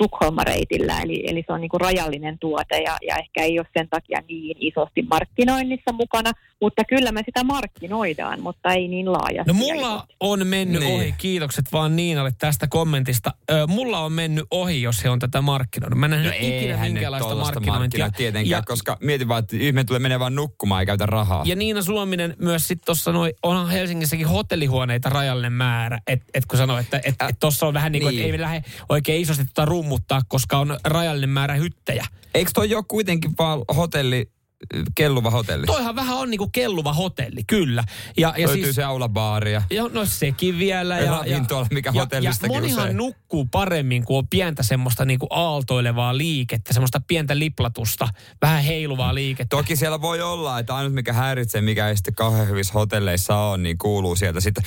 Speaker 11: Helsinki-Tukholma-reitillä, eli, eli se on niin kuin rajallinen tuote ja, ja ehkä ei ole sen takia niin isosti markkinoinnissa mukana, mutta kyllä me sitä markkinoidaan, mutta ei niin laajasti.
Speaker 3: No mulla on mennyt
Speaker 11: Niin.
Speaker 3: niin. ohi, kiitokset vaan Niinalle tästä kommentista. Ö, mulla on mennyt ohi, jos he on tätä markkinoinut. Mä en nähnyt ikinä
Speaker 2: No eihän ne
Speaker 3: minkäänlaista
Speaker 2: tollasta
Speaker 3: markkinointia.
Speaker 2: markkinaa Tietenkään, ja, koska mietin vaan, että ihminen tulee menee vaan nukkumaan ja käytä rahaa.
Speaker 3: Ja Niina Suominen myös sitten tuossa noi, onhan Helsingissäkin hotellihuoneita rajallinen määrä, että et kun sanoo, että et, et tuossa on vähän niin kuin, niin.
Speaker 2: niin.
Speaker 3: ei me lähde oikein isosti tota rummuttaa, koska on rajallinen määrä hyttejä.
Speaker 2: Eikö toi ole kuitenkin vaan hotelli, kelluva hotelli?
Speaker 3: Toihan vähän on niin kuin kelluva hotelli, kyllä. Ja, ja siis-
Speaker 2: Löytyy se aulabaari ja
Speaker 3: Ja no sekin vielä. Ja,
Speaker 2: Ravintola, mikä
Speaker 3: ja, ja
Speaker 2: hotellistakin
Speaker 3: monihan
Speaker 2: usein.
Speaker 3: nukkuu paremmin, kun on pientä semmoista niinku aaltoilevaa liikettä, semmoista pientä liplatusta, vähän heiluvaa liikettä.
Speaker 2: Toki siellä voi olla, että ainut mikä häiritsee, mikä ei sitten kauhean hyvissä hotelleissa on, niin kuuluu sieltä sitten.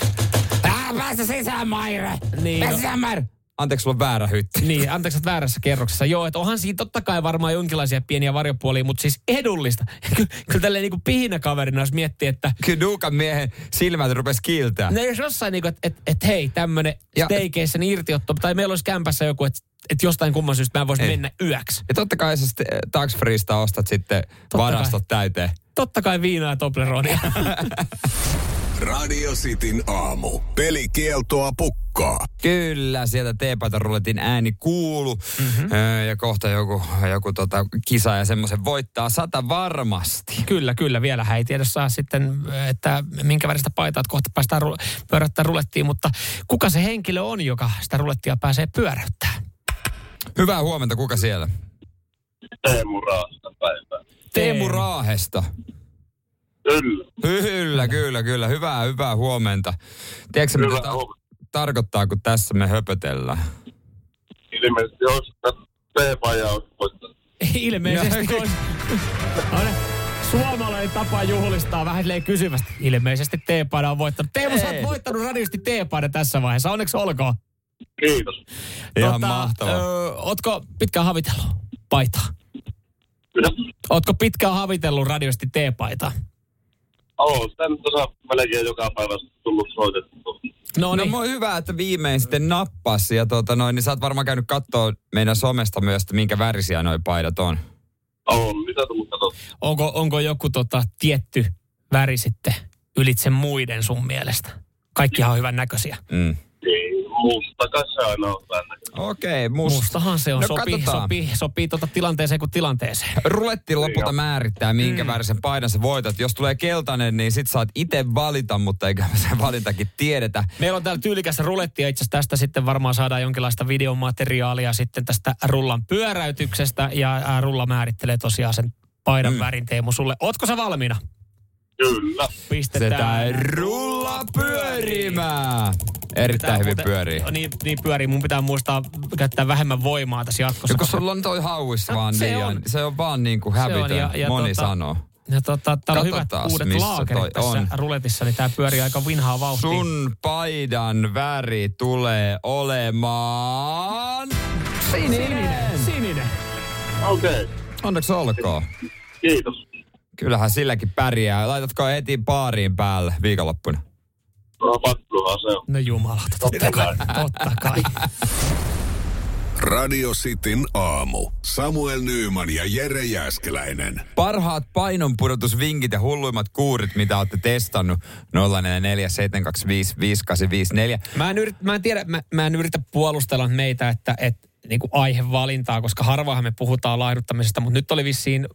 Speaker 2: Ah, päästä sisään, Maire!
Speaker 3: Niin,
Speaker 2: päästä
Speaker 3: no-
Speaker 2: sisään, Maire! Anteeksi, sulla on väärä hytti.
Speaker 3: Niin, anteeksi, että väärässä kerroksessa. Joo, että onhan siinä totta kai varmaan jonkinlaisia pieniä varjopuolia, mutta siis edullista. Ky- Kyllä tälleen niinku pihinä kaverina, jos miettii, että
Speaker 2: Kyllä Duukan miehen silmät rupes kiiltää.
Speaker 3: no jos jossain niinku, että et, et hei, tämmönen
Speaker 2: Ja-
Speaker 3: steikeissä niin irtiotto, tai meillä olisi kämpässä joku, että et jostain kumman syystä mä voisin
Speaker 2: Ei.
Speaker 3: mennä yöksi.
Speaker 2: Ja totta kai sä sitten eh, tax freesta ostat sitten varastot täyteen.
Speaker 3: Totta kai viinaa ja Tobleronea.
Speaker 1: Radio Cityn aamu. Pelikieltoa pukkaa.
Speaker 2: Kyllä, sieltä teepaita ruletin ääni kuulu. Mm-hmm. Ja kohta joku, joku tota kisa ja semmoisen voittaa sata varmasti.
Speaker 3: Kyllä, kyllä. Vielä hän ei tiedä saa sitten, että minkä väristä paitaa, että kohta päästään ru- pyöräyttämään rulettiin, mutta kuka se henkilö on, joka sitä rulettia pääsee pyöräyttämään?
Speaker 2: Hyvää huomenta, kuka siellä?
Speaker 10: Teemu Raasta päivää.
Speaker 2: Teemu Raahesta.
Speaker 10: Kyllä.
Speaker 2: Kyllä, kyllä, kyllä. Hyvää, hyvää huomenta. Tiedätkö, mitä
Speaker 10: Hyvää
Speaker 2: ta-
Speaker 10: huomenta.
Speaker 2: tarkoittaa, kun tässä me höpötellään?
Speaker 10: Ilmeisesti olisi teemajaus, mutta
Speaker 3: Ilmeisesti on. on suomalainen tapa juhlistaa vähän silleen kysymästi. Ilmeisesti T-paida on voittanut. Teemu, sä oot voittanut radiosti T-paida tässä vaiheessa. Onneksi olkoon. Tota,
Speaker 10: kiitos.
Speaker 2: Ihan mahtavaa.
Speaker 3: Ö, ootko pitkään havitellut paitaa? Kyllä. Ootko pitkään havitellut radiosti T-paitaa?
Speaker 10: Oo, sitä nyt osaa melkein joka päivä tullut soitettu.
Speaker 3: No,
Speaker 2: no moi, hyvä, että viimein sitten nappasi. Ja tuota noin, niin sä oot varmaan käynyt katsoa meidän somesta myös, että minkä värisiä noi paidat on.
Speaker 10: On, mitä tullut katsottu?
Speaker 3: Onko, onko joku tota, tietty väri sitten ylitse muiden sun mielestä? Kaikkihan on hyvän näköisiä.
Speaker 2: Mm.
Speaker 10: Niin, musta kai se aina on tänne.
Speaker 2: Okei, okay, musta.
Speaker 3: Mustahan se on.
Speaker 2: No,
Speaker 3: sopii,
Speaker 2: katsotaan.
Speaker 3: sopii, sopii tota tilanteeseen kuin tilanteeseen.
Speaker 2: Ruletti lopulta määrittää, minkä värisen paidan sä voitat. Jos tulee keltainen, niin sit saat itse valita, mutta eikä me se valintakin tiedetä.
Speaker 3: Meillä on täällä tyylikästä rulettia. Itse asiassa tästä sitten varmaan saadaan jonkinlaista videomateriaalia sitten tästä rullan pyöräytyksestä. Ja ää, rulla määrittelee tosiaan sen paidan mm. värin Teemu sulle. Ootko sä valmiina?
Speaker 10: Kyllä.
Speaker 2: Se
Speaker 3: Pistetään.
Speaker 2: tää rulla pyörimään. Erittäin hyvin pyörii.
Speaker 3: Niin, niin pyörii. Mun pitää muistaa käyttää vähemmän voimaa tässä jatkossa.
Speaker 2: Ja kun sulla on toi hauissa
Speaker 3: No,
Speaker 2: vaan
Speaker 3: se
Speaker 2: se niin,
Speaker 3: on.
Speaker 2: on. se on vaan niin kuin hävitön,
Speaker 3: on, ja- ja
Speaker 2: moni
Speaker 3: tota-
Speaker 2: sanoo.
Speaker 3: Ja tota, täällä on hyvät
Speaker 2: Katsotaas,
Speaker 3: uudet
Speaker 2: missä
Speaker 3: laakerit
Speaker 2: toi
Speaker 3: tässä on.
Speaker 2: on.
Speaker 3: ruletissa, niin tää pyörii aika vinhaa vauhtiin.
Speaker 2: Sun paidan väri tulee olemaan...
Speaker 3: Sininen! Sininen!
Speaker 10: Okei, okay.
Speaker 2: Onneksi olkoon.
Speaker 10: kiitos.
Speaker 2: Kyllähän silläkin pärjää. Laitatko heti baariin päälle viikonloppuna?
Speaker 10: No, pakkohan se on.
Speaker 3: No jumala, totta kai. Totta kai.
Speaker 1: Radio Cityn aamu. Samuel Nyyman ja Jere Jäskeläinen.
Speaker 2: Parhaat painonpudotusvinkit ja hulluimmat kuurit, mitä olette testannut 0447255854.
Speaker 3: Mä en, yrit, mä en tiedä, mä, mä en yritä puolustella meitä, että, että niin kuin aihevalintaa, koska harvaanhan me puhutaan laihduttamisesta, mutta nyt oli vissiin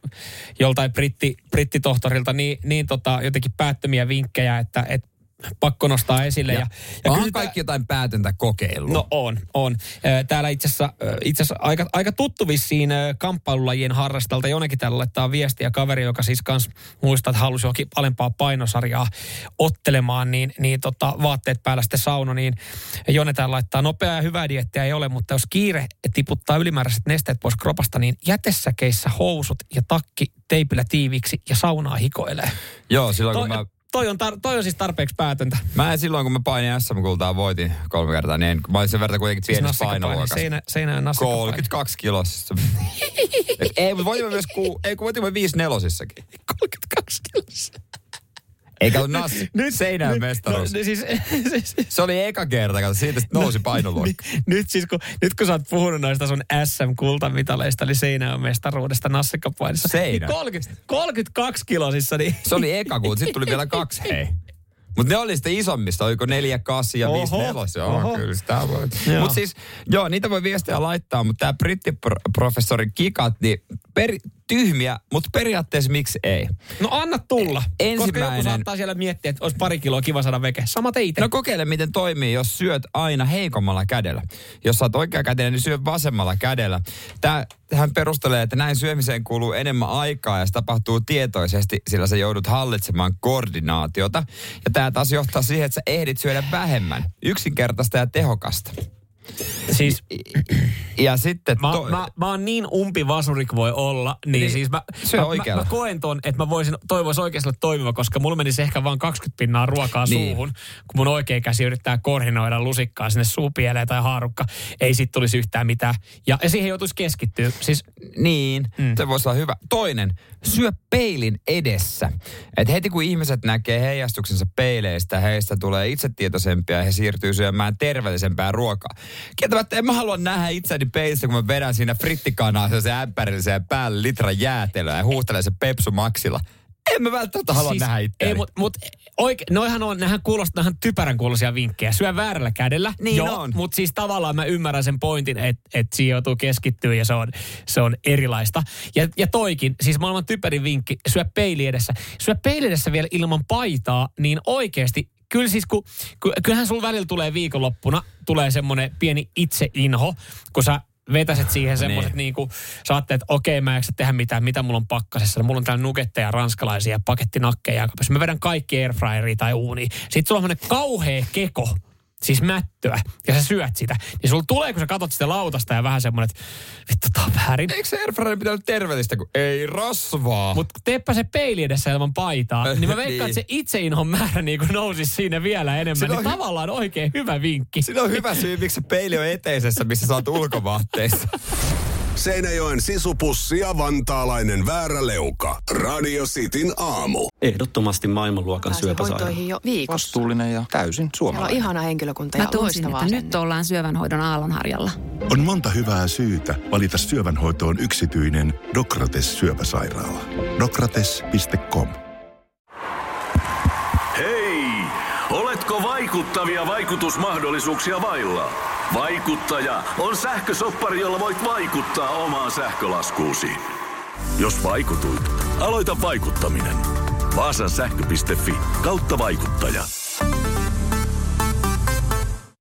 Speaker 3: joltain britti, brittitohtorilta niin, niin tota, jotenkin päättömiä vinkkejä, että, että pakko nostaa esille. Ja, ja,
Speaker 2: Ja Onhan
Speaker 3: kysytään-
Speaker 2: kaikki jotain päätöntä kokeillut.
Speaker 3: No on, on. Ö, Täällä itse asiassa, ö, itse asiassa aika, aika tuttu vissiin ö, kamppailulajien harrastalta. Jonakin täällä laittaa viestiä kaveri, joka siis kans muistaa, että halusi johonkin alempaa painosarjaa ottelemaan, niin, niin tota, vaatteet päällä sitten sauno, niin Jone täällä laittaa nopeaa ja hyvää diettiä ei ole, mutta jos kiire tiputtaa ylimääräiset nesteet pois kropasta, niin jätesäkeissä housut ja takki teipillä tiiviksi ja saunaa hikoilee.
Speaker 2: Joo, silloin
Speaker 3: Toi,
Speaker 2: kun mä
Speaker 3: toi, on tar- toi on siis tarpeeksi päätöntä.
Speaker 2: Mä en silloin, kun mä painin SM-kultaa, voitin kolme kertaa, niin en, mä olin sen verran kuitenkin pienessä
Speaker 3: nassikkapaine,
Speaker 2: painoluokassa.
Speaker 3: Siis Seinä, seinään nassikkapaine.
Speaker 2: 32 kilossa. ei, mutta voitimme myös ku, ei, kun voitimme viisi nelosissakin.
Speaker 3: 32 kilossa.
Speaker 2: Eikä ollut nassi. Nyt, Seinään mestaruus.
Speaker 3: no, siis,
Speaker 2: se oli eka kerta, kato, siitä sit nousi painoluokka.
Speaker 3: nyt, siis kun, nyt kun sä oot puhunut noista sun SM-kultamitaleista, eli Seinäjön mestaruudesta nassikkapainissa.
Speaker 2: Seinä.
Speaker 3: Niin 30, 32 kilosissa, niin...
Speaker 2: Se oli eka kuuta, sitten tuli vielä kaksi, hei. Mutta ne oli sitten isommista, oliko neljä, kasi ja viisi
Speaker 3: Oho,
Speaker 2: nelos.
Speaker 3: oho.
Speaker 2: Joo, kyllä sitä voi.
Speaker 3: Joo.
Speaker 2: Mutta siis, joo, niitä voi viestejä laittaa, mutta tämä brittiprofessori Kikat, niin peri, tyhmiä, mutta periaatteessa miksi ei?
Speaker 3: No anna tulla. Koska joku
Speaker 2: Ensimmäinen-
Speaker 3: saattaa siellä miettiä, että olisi pari kiloa kiva saada veke. Sama teitä.
Speaker 2: No kokeile, miten toimii, jos syöt aina heikommalla kädellä. Jos saat oikea kädellä, niin syö vasemmalla kädellä. Tää, hän perustelee, että näin syömiseen kuluu enemmän aikaa ja se tapahtuu tietoisesti, sillä sä joudut hallitsemaan koordinaatiota. Ja tämä taas johtaa siihen, että sä ehdit syödä vähemmän. Yksinkertaista ja tehokasta.
Speaker 3: Siis
Speaker 2: Ja sitten...
Speaker 3: Mä,
Speaker 2: to-
Speaker 3: mä, mä oon niin umpi vasuri kuin voi olla, niin,
Speaker 2: Niin,
Speaker 3: niin siis mä,
Speaker 2: syö
Speaker 3: mä, mä,
Speaker 2: oikealla.
Speaker 3: mä koen ton, että mä voisin, toivois oikeasti olla toimiva, koska mulla menisi ehkä vaan 20 pinnaa ruokaa
Speaker 2: Niin.
Speaker 3: niin. suuhun, kun mun oikea käsi yrittää koordinoida lusikkaa sinne suupieleen tai haarukka. Ei sit tulisi yhtään mitään. Ja, ja siihen joutuisi keskittyä. Siis
Speaker 2: Niin, mm. se voisi olla hyvä. Toinen, syö peilin edessä. Et heti kun ihmiset näkee heijastuksensa peileistä, heistä tulee itsetietoisempia ja he siirtyy syömään terveellisempää ruokaa. Kieltämättä en mä halua nähdä itseäni peilissä, kun mä vedän siinä frittikanaa se ämpärilliseen päälle litra jäätelöä ja huuhtelen se pepsu maksilla. En mä välttämättä halua siis, nähdä itseäni.
Speaker 3: Ei, mut, mut oike, noihan on, nehän kuulostaa ihan typerän kuulosia vinkkejä. Syö väärällä kädellä,
Speaker 2: Niin
Speaker 3: joo,
Speaker 2: on.
Speaker 3: mutta siis tavallaan mä ymmärrän sen pointin, että et siihen joutuu keskittyä ja se on, se on erilaista. Ja, ja toikin, siis maailman typerin vinkki, syö peili edessä. Syö peili edessä vielä ilman paitaa, niin oikeasti Kyllä siis, kun, ky- kyllähän sulla välillä tulee viikonloppuna, tulee semmoinen pieni itseinho, kun sä vetäset siihen semmoiset
Speaker 2: Niin.
Speaker 3: niin. niinku, sä ajattelet, että okei, mä en jaksa tehdä mitään, mitä mulla on pakkasessa. Mulla on täällä nuketteja, ranskalaisia, pakettinakkeja. Jos mä vedän kaikki airfryeriin tai uuniin. Sitten sulla on semmoinen kauhea keko, siis mättöä, ja sä syöt sitä. Niin sulla tulee, kun sä katot sitä lautasta ja vähän semmoinen, että vittu, tää on väärin.
Speaker 2: Eikö se airfryer pitää olla terveellistä, kun ei rasvaa?
Speaker 3: Mutta teepä se peili edessä ilman paitaa, niin mä veikkaan,
Speaker 2: Niin.
Speaker 3: että se itseinhon määrä niin nousisi siinä vielä enemmän.
Speaker 2: Siinä on
Speaker 3: Niin
Speaker 2: hy-
Speaker 3: tavallaan oikein hyvä vinkki.
Speaker 2: Siinä on hyvä syy, miksi se peili on eteisessä, missä sä oot ulkovaatteissa.
Speaker 12: Seinäjoen sisupussi ja vantaalainen vääräleuka. Radio Cityn aamu.
Speaker 13: Ehdottomasti maailmanluokan syöpäsairaala.
Speaker 14: hoitoihin jo viikossa.
Speaker 13: Vastuullinen ja täysin
Speaker 14: Siellä on ihana henkilökunta ja
Speaker 15: Mä tunsin,
Speaker 14: loistavaa
Speaker 15: että nyt ollaan syövänhoidon aallonharjalla.
Speaker 16: On monta hyvää syytä valita syövänhoitoon yksityinen Dokrates syöpäsairaala. Dokrates.com
Speaker 17: Hei! Oletko vaikuttavia vaikutusmahdollisuuksia vailla? Vaikuttaja on sähkösoppari, jolla voit vaikuttaa omaan sähkölaskuusi. Jos vaikutuit, aloita vaikuttaminen. Vaasan sähkö.fi kautta vaikuttaja.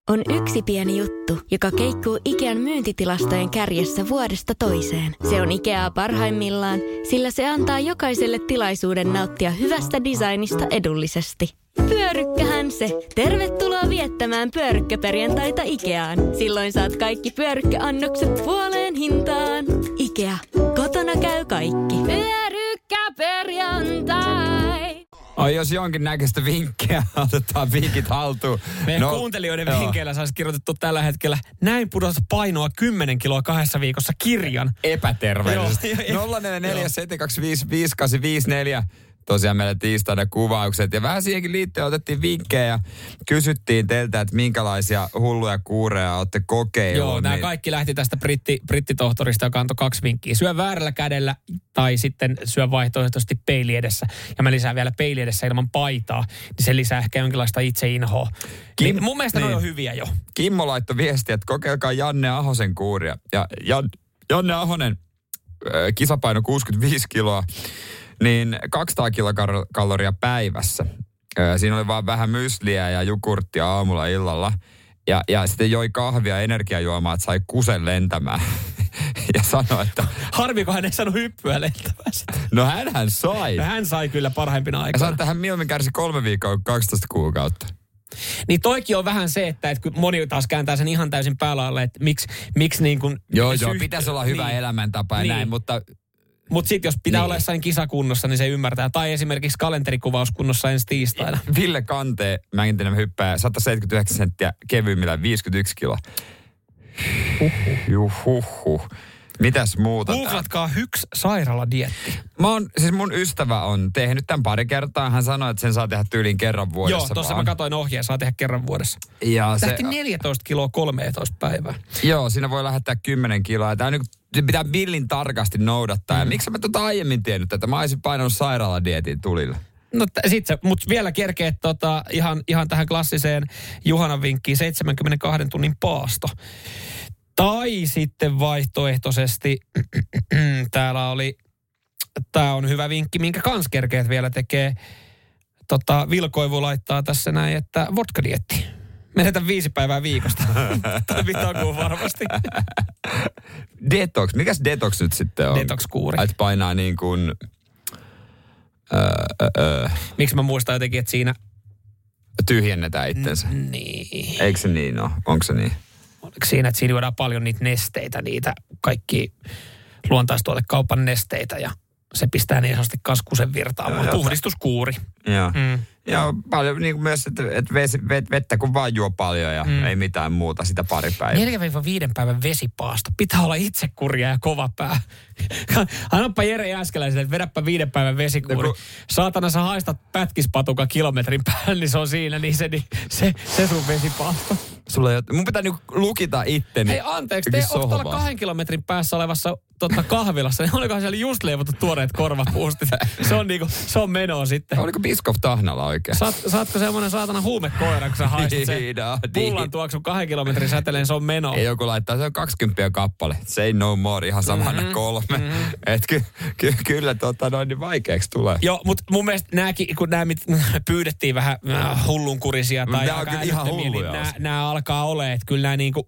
Speaker 18: On yksi pieni juttu, joka keikkuu Ikean myyntitilastojen kärjessä vuodesta toiseen. Se on Ikeaa parhaimmillaan, sillä se antaa jokaiselle tilaisuuden nauttia hyvästä designista edullisesti. Pyörykkähän se! Tervetuloa viettämään pyörykkäperjantaita Ikeaan. Silloin saat kaikki pyörykkäannokset puoleen hintaan. Ikea, kotona käy kaikki. Pyörykkäperjantai!
Speaker 2: Ai jos jonkin näköistä vinkkiä, otetaan vinkit haltuun.
Speaker 3: Meidän no, kuuntelijoiden
Speaker 2: joo.
Speaker 3: vinkeillä saisi kirjoitettu tällä hetkellä näin pudotat painoa 10 kiloa kahdessa viikossa kirjan.
Speaker 2: Epäterveellisesti.
Speaker 3: Joo, joo, joo.
Speaker 2: 044 725 5854. Tosiaan meillä tiistaina kuvaukset. Ja vähän siihenkin liittyen otettiin vinkkejä ja kysyttiin teiltä, että minkälaisia hulluja kuureja olette kokeilleet.
Speaker 3: Joo, nämä
Speaker 2: niin-
Speaker 3: kaikki lähti tästä britti, brittitohtorista, joka antoi kaksi vinkkiä. Syö väärällä kädellä tai sitten syö vaihtoehtoisesti peili edessä. Ja mä lisään vielä peili edessä ilman paitaa, niin se lisää ehkä jonkinlaista itseinhoa.
Speaker 2: Kim-
Speaker 3: niin mun mielestä niin. ne on hyviä jo.
Speaker 2: Kimmo laittoi viestiä, että kokeilkaa Janne Ahosen kuuria. Ja Jan, Janne Ahonen, ö, kisapaino 65 kiloa, niin 200 kilokaloria päivässä. Ö, Siinä oli vaan vähän mysliä ja jukurttia aamulla ja illalla. Ja, ja sitten joi kahvia ja energiajuomaa, että sai kusen lentämään. ja sanoi, että
Speaker 3: Harmi, kun hän ei saanut hyppyä lentämästä.
Speaker 2: no hänhän sai.
Speaker 3: No hän sai kyllä parhaimpina
Speaker 2: Ja sanoi,
Speaker 3: aikoina.
Speaker 2: että hän mieluummin kärsi kolme viikkoa kuin 12 kuukautta.
Speaker 3: Niin toikin on vähän se, että, että kun moni taas kääntää sen ihan täysin päälaille, että miksi, miksi niin kuin...
Speaker 2: Joo, joo, pitäisi olla hyvä elämäntapa ja näin, mutta...
Speaker 3: Mutta sitten niin. jos pitää
Speaker 2: Niin.
Speaker 3: niin. olla jossain kisakunnossa, niin se ymmärtää. Tai esimerkiksi kalenterikuvauskunnossa ensi tiistaina.
Speaker 2: Ville Kante, mä en tiedä, hyppää 179 senttiä kevyimmillä 51 kiloa. Juhuhu. Mitäs muuta?
Speaker 3: Googlatkaa HYKS sairaaladietti.
Speaker 2: Mä oon, siis mun ystävä on tehnyt tämän pari kertaa. Hän sanoi, että sen saa tehdä tyylin kerran vuodessa
Speaker 3: Joo, tuossa mä
Speaker 2: vaan.
Speaker 3: katsoin ohjeen, saa tehdä kerran vuodessa.
Speaker 2: Ja se,
Speaker 3: Lähti 14 kiloa 13 päivää.
Speaker 2: joo, siinä voi lähettää 10 kiloa. Tämä nyt niinku- se pitää billin tarkasti noudattaa. Mm. Ja miksi mä tota aiemmin tiennyt tätä? Mä olisin painanut sairaaladietin tulille.
Speaker 3: No t- sit se, mut vielä kerkee tota, ihan, ihan tähän klassiseen Juhanan vinkkiin 72 tunnin paasto. Tai sitten vaihtoehtoisesti, täällä oli, tämä on hyvä vinkki, minkä kans kerkeet vielä tekee. Tota, Vilkoivu laittaa tässä näin, että vodka-dietti. Menetä viisi päivää viikosta. tai vitakuun varmasti.
Speaker 2: Detox. Mikäs detox nyt sitten on?
Speaker 3: Detox-kuuri.
Speaker 2: Että painaa niin kuin... Öö, öö,
Speaker 3: Miksi mä muistan jotenkin, että siinä...
Speaker 2: tyhjennetään itsensä.
Speaker 3: Niin.
Speaker 2: Eikö se niin ole? Onko se niin?
Speaker 3: Oliko siinä, että siinä juodaan paljon niitä nesteitä, niitä kaikki luontaistuotekaupan nesteitä ja se pistää niin sanotusti kaskusen virtaamaan.
Speaker 2: Joo, joo.
Speaker 3: Puhdistuskuuri.
Speaker 2: Joo.
Speaker 3: Mm.
Speaker 2: Ja paljon niin kuin myös, että, että vesi- vet- vettä kun vaan juo paljon ja
Speaker 3: Mm.
Speaker 2: ei mitään muuta sitä pari päivää.
Speaker 3: 4-5 päivän vesipaasto. Pitää olla itsekuria ja kova pää. Annappa Jere Jääskeläiselle, että vedäpä viiden päivän vesikuuri.
Speaker 2: No
Speaker 3: Saatana, sä haistat pätkispatuka kilometrin päälle, niin se on siinä, niin se, niin, se, se sun vesipaasto.
Speaker 2: Sulla ei, ole- mun pitää niinku lukita itteni.
Speaker 3: Hei anteeksi, te
Speaker 2: jokin
Speaker 3: onko tuolla
Speaker 2: sohvaan.
Speaker 3: kahden kilometrin päässä olevassa tota, kahvilassa, niin olikohan siellä just leivottu tuoreet korvapuustit? Se on, niinku, se on menoa sitten.
Speaker 2: Oliko Biskoff Tahnala oikein?
Speaker 3: Saat, saatko semmoinen saatana huumekoira, kun sä haistat sen
Speaker 2: Diida, diida.
Speaker 3: pullan tuoksun kahden kilometrin säteleen, se on menoa.
Speaker 2: Niin, no, Ei joku laittaa, se on 20 kappale. Se ei no more, ihan samana mm-hmm. kolme. Mm-hmm. Et ky, ky, kyllä tota noin niin vaikeaksi tulee.
Speaker 3: Joo, mutta mun mielestä nämäkin, kun nämä pyydettiin vähän äh, hullunkurisia tai
Speaker 2: Nää on
Speaker 3: aika
Speaker 2: kyllä ihan
Speaker 3: älyttömiä,
Speaker 2: hulluja
Speaker 3: niin nämä,
Speaker 2: osin.
Speaker 3: nämä alkaa olemaan, että kyllä nämä niinku,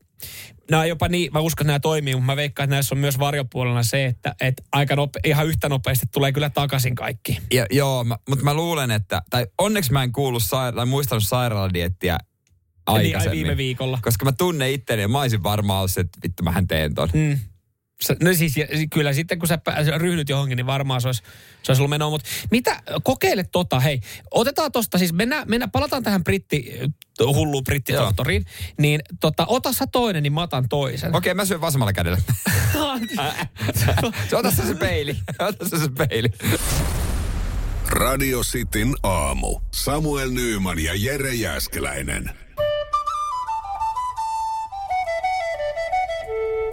Speaker 3: nämä on jopa niin, mä uskon, että nämä toimii, mutta mä veikkaan, että näissä on myös varjopuolella se, että, että aika nope, ihan yhtä nopeasti tulee kyllä takaisin kaikki.
Speaker 2: Ja, joo, mä, mutta mä luulen, että, tai onneksi mä en kuullut saira- tai muistanut sairaaladiettiä aikaisemmin.
Speaker 3: Niin, viime viikolla.
Speaker 2: Koska mä tunnen itteni ja mä olisin varmaan ollut se, että vittu mähän teen ton.
Speaker 3: Mm. Se- No siis ja- si- kyllä sitten kun sä pää- ryhdyt johonkin, niin varmaan se olisi, se olisi ollut menoa. Mutta mitä, kokeile tota, hei, otetaan tosta siis, mennään, mennään palataan tähän britti, hulluun brittitohtoriin, niin tota, ota sä toinen, niin mä otan toisen.
Speaker 2: Okei, mä syön vasemmalla kädellä. Se, ota sä se peili. Ota sä se peili.
Speaker 12: Radio Cityn aamu. Samuel Nyyman ja Jere Jäskeläinen.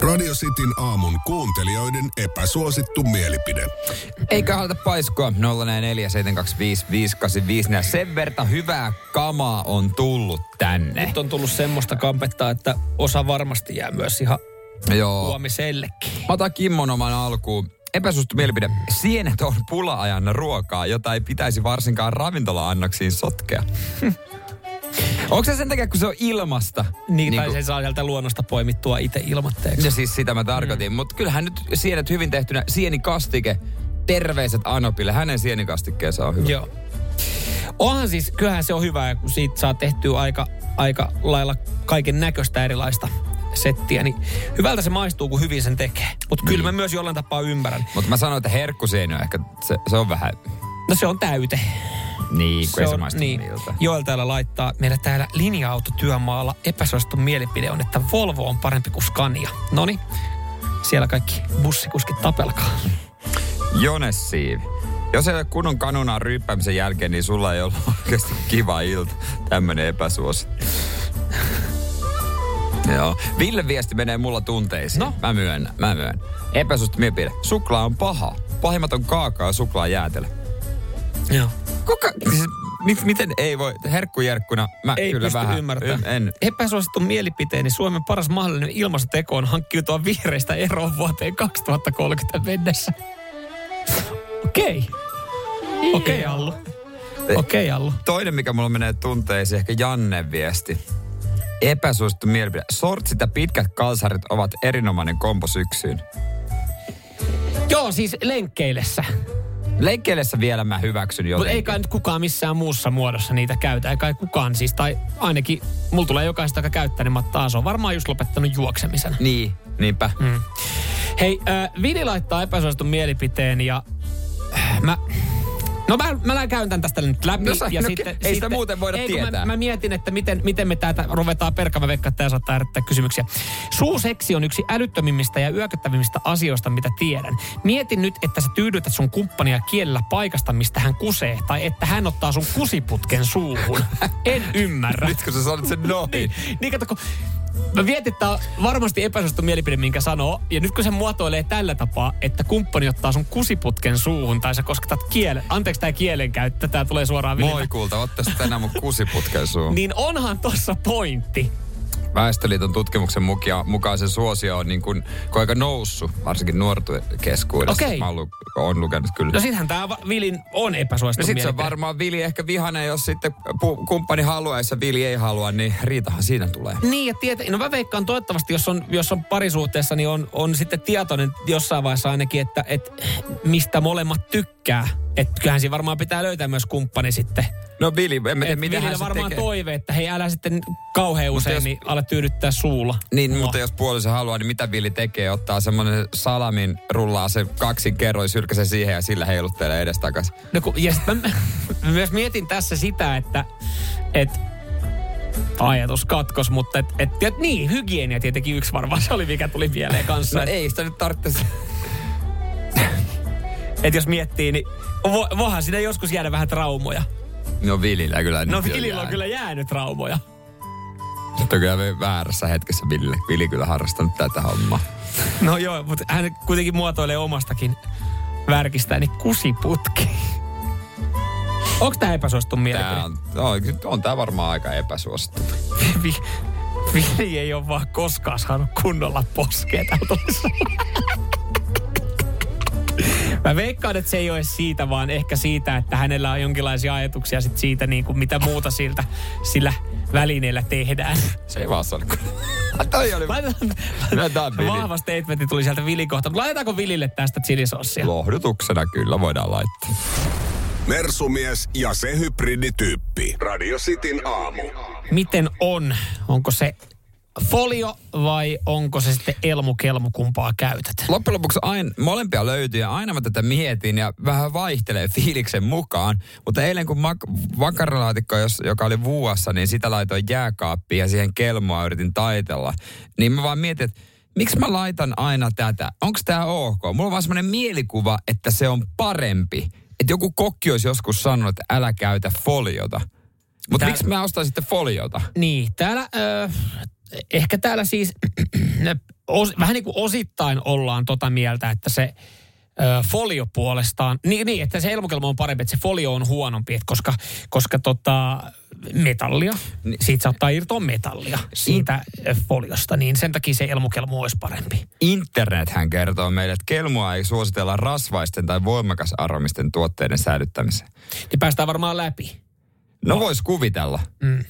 Speaker 12: Radio Cityn aamun kuuntelijoiden epäsuosittu mielipide.
Speaker 2: Eikä haluta paiskua 047255854. Nää Sen verta hyvää kamaa on tullut tänne.
Speaker 3: Nyt on tullut semmoista kampetta, että osa varmasti jää myös ihan
Speaker 2: Joo.
Speaker 3: huomisellekin.
Speaker 2: Mä otan Kimmon oman alkuun. Epäsuosittu mielipide. Sienet on pula-ajan ruokaa, jota ei pitäisi varsinkaan ravintola-annoksiin sotkea. Onko se sen takia, kun se on ilmasta?
Speaker 3: Niin,
Speaker 2: Niinku-
Speaker 3: tai sen saa sieltä luonnosta poimittua itse ilmoitteeksi.
Speaker 2: No siis sitä mä tarkoitin. Mm. Mutta kyllähän nyt sienet hyvin tehtynä, sienikastike, terveiset Anopille. Hänen sienikastikkeensa on hyvä.
Speaker 3: Joo. Onhan siis, kyllähän se on hyvä, kun siitä saa tehtyä aika, aika lailla kaiken näköistä erilaista settiä, niin hyvältä se maistuu, kun hyvin sen tekee. Mutta
Speaker 2: Niin.
Speaker 3: kyllä mä myös jollain tapaa ymmärrän.
Speaker 2: Mutta mä sanoin, että herkkusieni on ehkä, se, se on vähän,
Speaker 3: No se on täyte.
Speaker 2: niin, kun se ei se
Speaker 3: on-
Speaker 2: maistu niin. miltä.
Speaker 3: Joel täällä laittaa, meillä täällä linja-autotyömaalla epäsuosittu mielipide on, että Volvo on parempi kuin Scania. Noni, siellä kaikki bussikuskit tapelkaa.
Speaker 2: Jones Siivi. Jos ei ole kunnon kanunaa ryyppäämisen jälkeen, niin sulla ei ollut oikeasti kiva ilta. Tämmönen epäsuosittu. Joo. Ville viesti menee mulla tunteisiin.
Speaker 3: No.
Speaker 2: Mä myönnän, mä myönnän. Epäsuosittu mielipide. Suklaa on paha. Pahimmat on kaakaa ja suklaa jäätelö.
Speaker 3: Joo.
Speaker 2: Kuka, siis, mit, miten ei voi, herkkujerkkuna mä
Speaker 3: Ei
Speaker 2: kyllä
Speaker 3: pysty
Speaker 2: vähän.
Speaker 3: ymmärtämään.
Speaker 2: En,
Speaker 3: Epäsuosittu mielipiteeni Suomen paras mahdollinen ilmastoteko on hankkiutua vihreistä eroon vuoteen 2030 mennessä. Okei. Okei, Allu. Okei, Allu.
Speaker 2: Toinen, mikä mulla menee tunteisiin, ehkä Janne viesti. Epäsuosittu mielipide. Sortsit ja pitkät kalsarit ovat erinomainen kombo syksyyn.
Speaker 3: Joo, siis lenkkeilessä.
Speaker 2: Leikkeellessä vielä mä hyväksyn
Speaker 3: Mutta
Speaker 2: jotenkin.
Speaker 3: ei kai nyt kukaan missään muussa muodossa niitä käytä. Ei kai kukaan siis, tai ainakin mulla tulee jokaista, joka käyttää, niin mä taas on varmaan just lopettanut juoksemisen.
Speaker 2: Niin, niinpä. Mm.
Speaker 3: Hei, äh, Vili laittaa epäsuositun mielipiteen ja äh, mä, No mä, mä käyn tämän tästä nyt läpi.
Speaker 2: No sä-
Speaker 3: ja
Speaker 2: no
Speaker 3: sitten,
Speaker 2: ke- ei
Speaker 3: sitten,
Speaker 2: sitä muuten voida
Speaker 3: ei, kun
Speaker 2: tietää.
Speaker 3: Mä, mä, mietin, että miten, miten me tätä ruvetaan perkaamaan veikkaa, että tää saattaa herättää kysymyksiä. Suuseksi on yksi älyttömimmistä ja yököttävimmistä asioista, mitä tiedän. Mietin nyt, että sä tyydytät sun kumppania kielellä paikasta, mistä hän kusee, tai että hän ottaa sun kusiputken suuhun. En ymmärrä.
Speaker 2: Nyt kun sä sanot sen noin.
Speaker 3: niin, niin kato, kun Mä mietin, että tää on varmasti epäsuosittu mielipide, minkä sanoo. Ja nyt kun se muotoilee tällä tapaa, että kumppani ottaa sun kusiputken suuhun tai sä kosketat kielen. Anteeksi tää kielenkäyttö, tää tulee suoraan
Speaker 2: Moi
Speaker 3: viljeltä.
Speaker 2: kulta, ottaisi tänään mun kusiputken suun.
Speaker 3: Niin onhan tossa pointti.
Speaker 2: Väestöliiton tutkimuksen mukia, mukaan se suosio on niin kuin, kun aika noussut, varsinkin nuorten keskuudessa.
Speaker 3: Okei.
Speaker 2: Mä oon, lu- oon lukenut kyllä.
Speaker 3: No sittenhän tää va- Vilin on epäsuosittu
Speaker 2: No sit se on
Speaker 3: mielipide.
Speaker 2: varmaan Vili ehkä vihanen, jos sitten pu- kumppani haluaa, jos Vili ei halua, niin riitahan siinä tulee.
Speaker 3: Niin ja tietä, no mä veikkaan toivottavasti, jos on, jos on parisuhteessa, niin on, on sitten tietoinen jossain vaiheessa ainakin, että, että mistä molemmat tykkää. Että kyllähän siinä varmaan pitää löytää myös kumppani sitten.
Speaker 2: No Vili, en mä tiedä,
Speaker 3: Et
Speaker 2: mitä hän
Speaker 3: Vilillä
Speaker 2: se
Speaker 3: varmaan
Speaker 2: tekee.
Speaker 3: toive, että hei älä sitten kauhean
Speaker 2: Mutta
Speaker 3: usein
Speaker 2: jos-
Speaker 3: niin ala tyydyttää suulla.
Speaker 2: Niin,
Speaker 3: Mua.
Speaker 2: mutta jos puoliso haluaa, niin mitä Vili tekee? Ottaa semmonen salamin, rullaa se kaksin kerroin, sylkäsee siihen ja sillä heiluttelee edestakas.
Speaker 3: No kun, ja sit mä, mä myös mietin tässä sitä, että et, ajatus katkos, mutta et, et, et, niin, hygienia tietenkin yksi varmaan se oli, mikä tuli mieleen kanssa.
Speaker 2: No
Speaker 3: et,
Speaker 2: ei sitä nyt tarvitse.
Speaker 3: et jos miettii, niin vo, voihan siinä joskus jäädä vähän traumoja.
Speaker 2: No Vilillä kyllä
Speaker 3: No
Speaker 2: nyt jo
Speaker 3: Vilillä on
Speaker 2: jää.
Speaker 3: kyllä jäänyt traumoja.
Speaker 2: Mutta kyllä me väärässä hetkessä Ville. Vili kyllä harrastanut tätä hommaa.
Speaker 3: No joo, mutta hän kuitenkin muotoilee omastakin värkistään, niin kusiputki. Onko tämä epäsuostun mielipide?
Speaker 2: Tää on, on, on tää varmaan aika epäsuosittu.
Speaker 3: Vi- Vili ei ole vaan koskaan saanut kunnolla poskea tältä Mä veikkaan, että se ei ole siitä, vaan ehkä siitä, että hänellä on jonkinlaisia ajatuksia sit siitä, niin kuin mitä muuta siltä sillä välineellä tehdään.
Speaker 2: Se ei vaan saanut. Toi oli...
Speaker 3: Laitetaan-
Speaker 2: No, tää on Vili.
Speaker 3: Vahva statementti tuli sieltä Vilin kohta. Mutta Laitetaanko Vilille tästä chilisossia?
Speaker 2: Lohdutuksena kyllä voidaan laittaa.
Speaker 12: Mersumies ja se hybridityyppi. Radio Cityn aamu.
Speaker 3: Miten on? Onko se folio vai onko se sitten elmukelmu, kumpaa käytät?
Speaker 2: Loppujen lopuksi aina, molempia löytyy ja aina mä tätä mietin ja vähän vaihtelee fiiliksen mukaan. Mutta eilen kun mak- vakaralaatikko, jos, joka oli vuossa, niin sitä laitoin jääkaappiin ja siihen kelmoa yritin taitella. Niin mä vaan mietin, että miksi mä laitan aina tätä? Onko tämä ok? Mulla on vaan semmoinen mielikuva, että se on parempi. Että joku kokki olisi joskus sanonut, että älä käytä foliota. Mutta
Speaker 3: Tää-
Speaker 2: miksi mä ostan sitten foliota?
Speaker 3: Niin, täällä, ö, ehkä täällä siis os, vähän niin kuin osittain ollaan tota mieltä, että se ö, folio puolestaan, niin, niin, että se elmukelma on parempi, että se folio on huonompi, että koska, koska tota, metallia, niin. siitä saattaa irtoa metallia siitä ö, foliosta, niin sen takia se elmukelma olisi parempi.
Speaker 2: Internethän kertoo meille, että kelmua ei suositella rasvaisten tai voimakasaromisten tuotteiden säilyttämiseen.
Speaker 3: Niin päästään varmaan läpi.
Speaker 2: No vois kuvitella.
Speaker 3: Mm.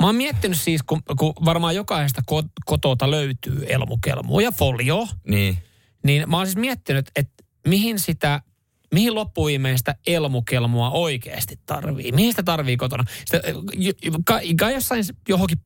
Speaker 3: Mä oon miettinyt siis, kun, kun varmaan jokaisesta ko- kotota löytyy elmukelmua ja folio,
Speaker 2: Niin.
Speaker 3: niin mä oon siis miettinyt, että mihin sitä, mihin loppuimein sitä elmukelmua oikeasti tarvii. Mihin sitä tarvii kotona? Sitä, ö, j- kai, kai jossain s- johonkin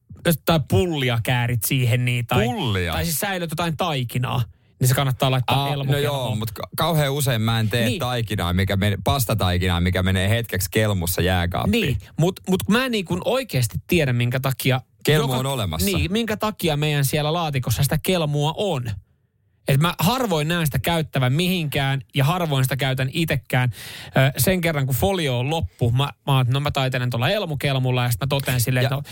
Speaker 3: tai pullia käärit siihen niin. Tai,
Speaker 2: Pullia?
Speaker 3: Tai siis säilöt jotain taikinaa. Niin se kannattaa laittaa
Speaker 2: Aa, no
Speaker 3: elmukelmuun.
Speaker 2: joo, mutta ka- kauhean usein mä en tee
Speaker 3: Niin.
Speaker 2: niin. taikinaa, mikä menee, pastataikinaa, mikä menee hetkeksi kelmussa jääkaappiin.
Speaker 3: Niin, mutta mut kun mä en niin kuin oikeasti tiedä, minkä takia...
Speaker 2: Kelmu on olemassa.
Speaker 3: Niin, minkä takia meidän siellä laatikossa sitä kelmua on. Et mä harvoin näen sitä käyttävän mihinkään ja harvoin sitä käytän itekään. Ö, Sen kerran, kun folio on loppu, mä, mä oon, että no mä taitelen tuolla elmukelmulla ja sitten mä totean silleen, että no,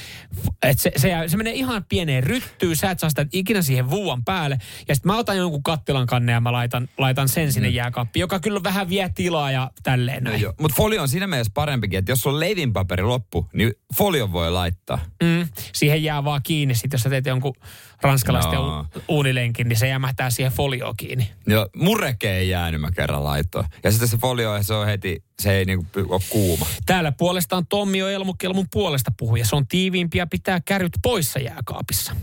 Speaker 3: et se, se, jää- se, menee ihan pieneen ryttyyn, sä et saa sitä ikinä siihen vuuan päälle. Ja sitten mä otan jonkun kattilan kannen ja mä laitan, laitan sen sinne jääkaappiin, joka kyllä vähän vie tilaa ja tälleen
Speaker 2: Mm. No
Speaker 3: näin.
Speaker 2: joo. Mutta folio on siinä mielessä parempikin, että jos on leivinpaperi loppu, niin folio voi laittaa.
Speaker 3: Mm, siihen jää vaan kiinni. Sitten jos sä teet jonkun ranskalaisten
Speaker 2: Joo.
Speaker 3: no. uunilenkin, niin se jämähtää siihen folioon kiinni.
Speaker 2: Joo, mureke ei jäänyt mä kerran laittoon. Ja sitten se folio, se on heti, se ei niinku py- ole kuuma.
Speaker 3: Täällä puolestaan Tommi on Elmukelmun puolesta puhuja. Se on tiiviimpi ja pitää käryt poissa jääkaapissa.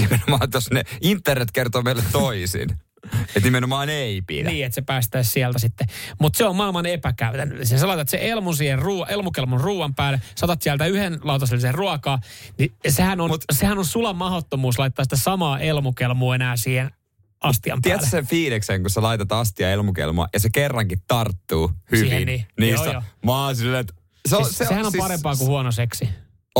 Speaker 2: Nimenomaan tuossa ne internet kertoo meille toisin. että nimenomaan ei pidä.
Speaker 3: Niin, että se päästää sieltä sitten. Mutta se on maailman epäkäytännöllisen. Sä laitat se elmun siihen ruo- elmukelmun ruoan päälle, saatat sieltä yhden lautasellisen ruokaa, niin sehän on, Mut, sehän on sulan mahdottomuus laittaa sitä samaa elmukelmua enää siihen astian päälle.
Speaker 2: Tiedätkö sen fiiliksen, kun sä laitat astia elmukelmaa ja se kerrankin tarttuu hyvin?
Speaker 3: Siihen niin.
Speaker 2: Niistä.
Speaker 3: Joo, joo.
Speaker 2: Mä oon silleen, että... Se
Speaker 3: siis, se sehän on parempaa kuin huono seksi.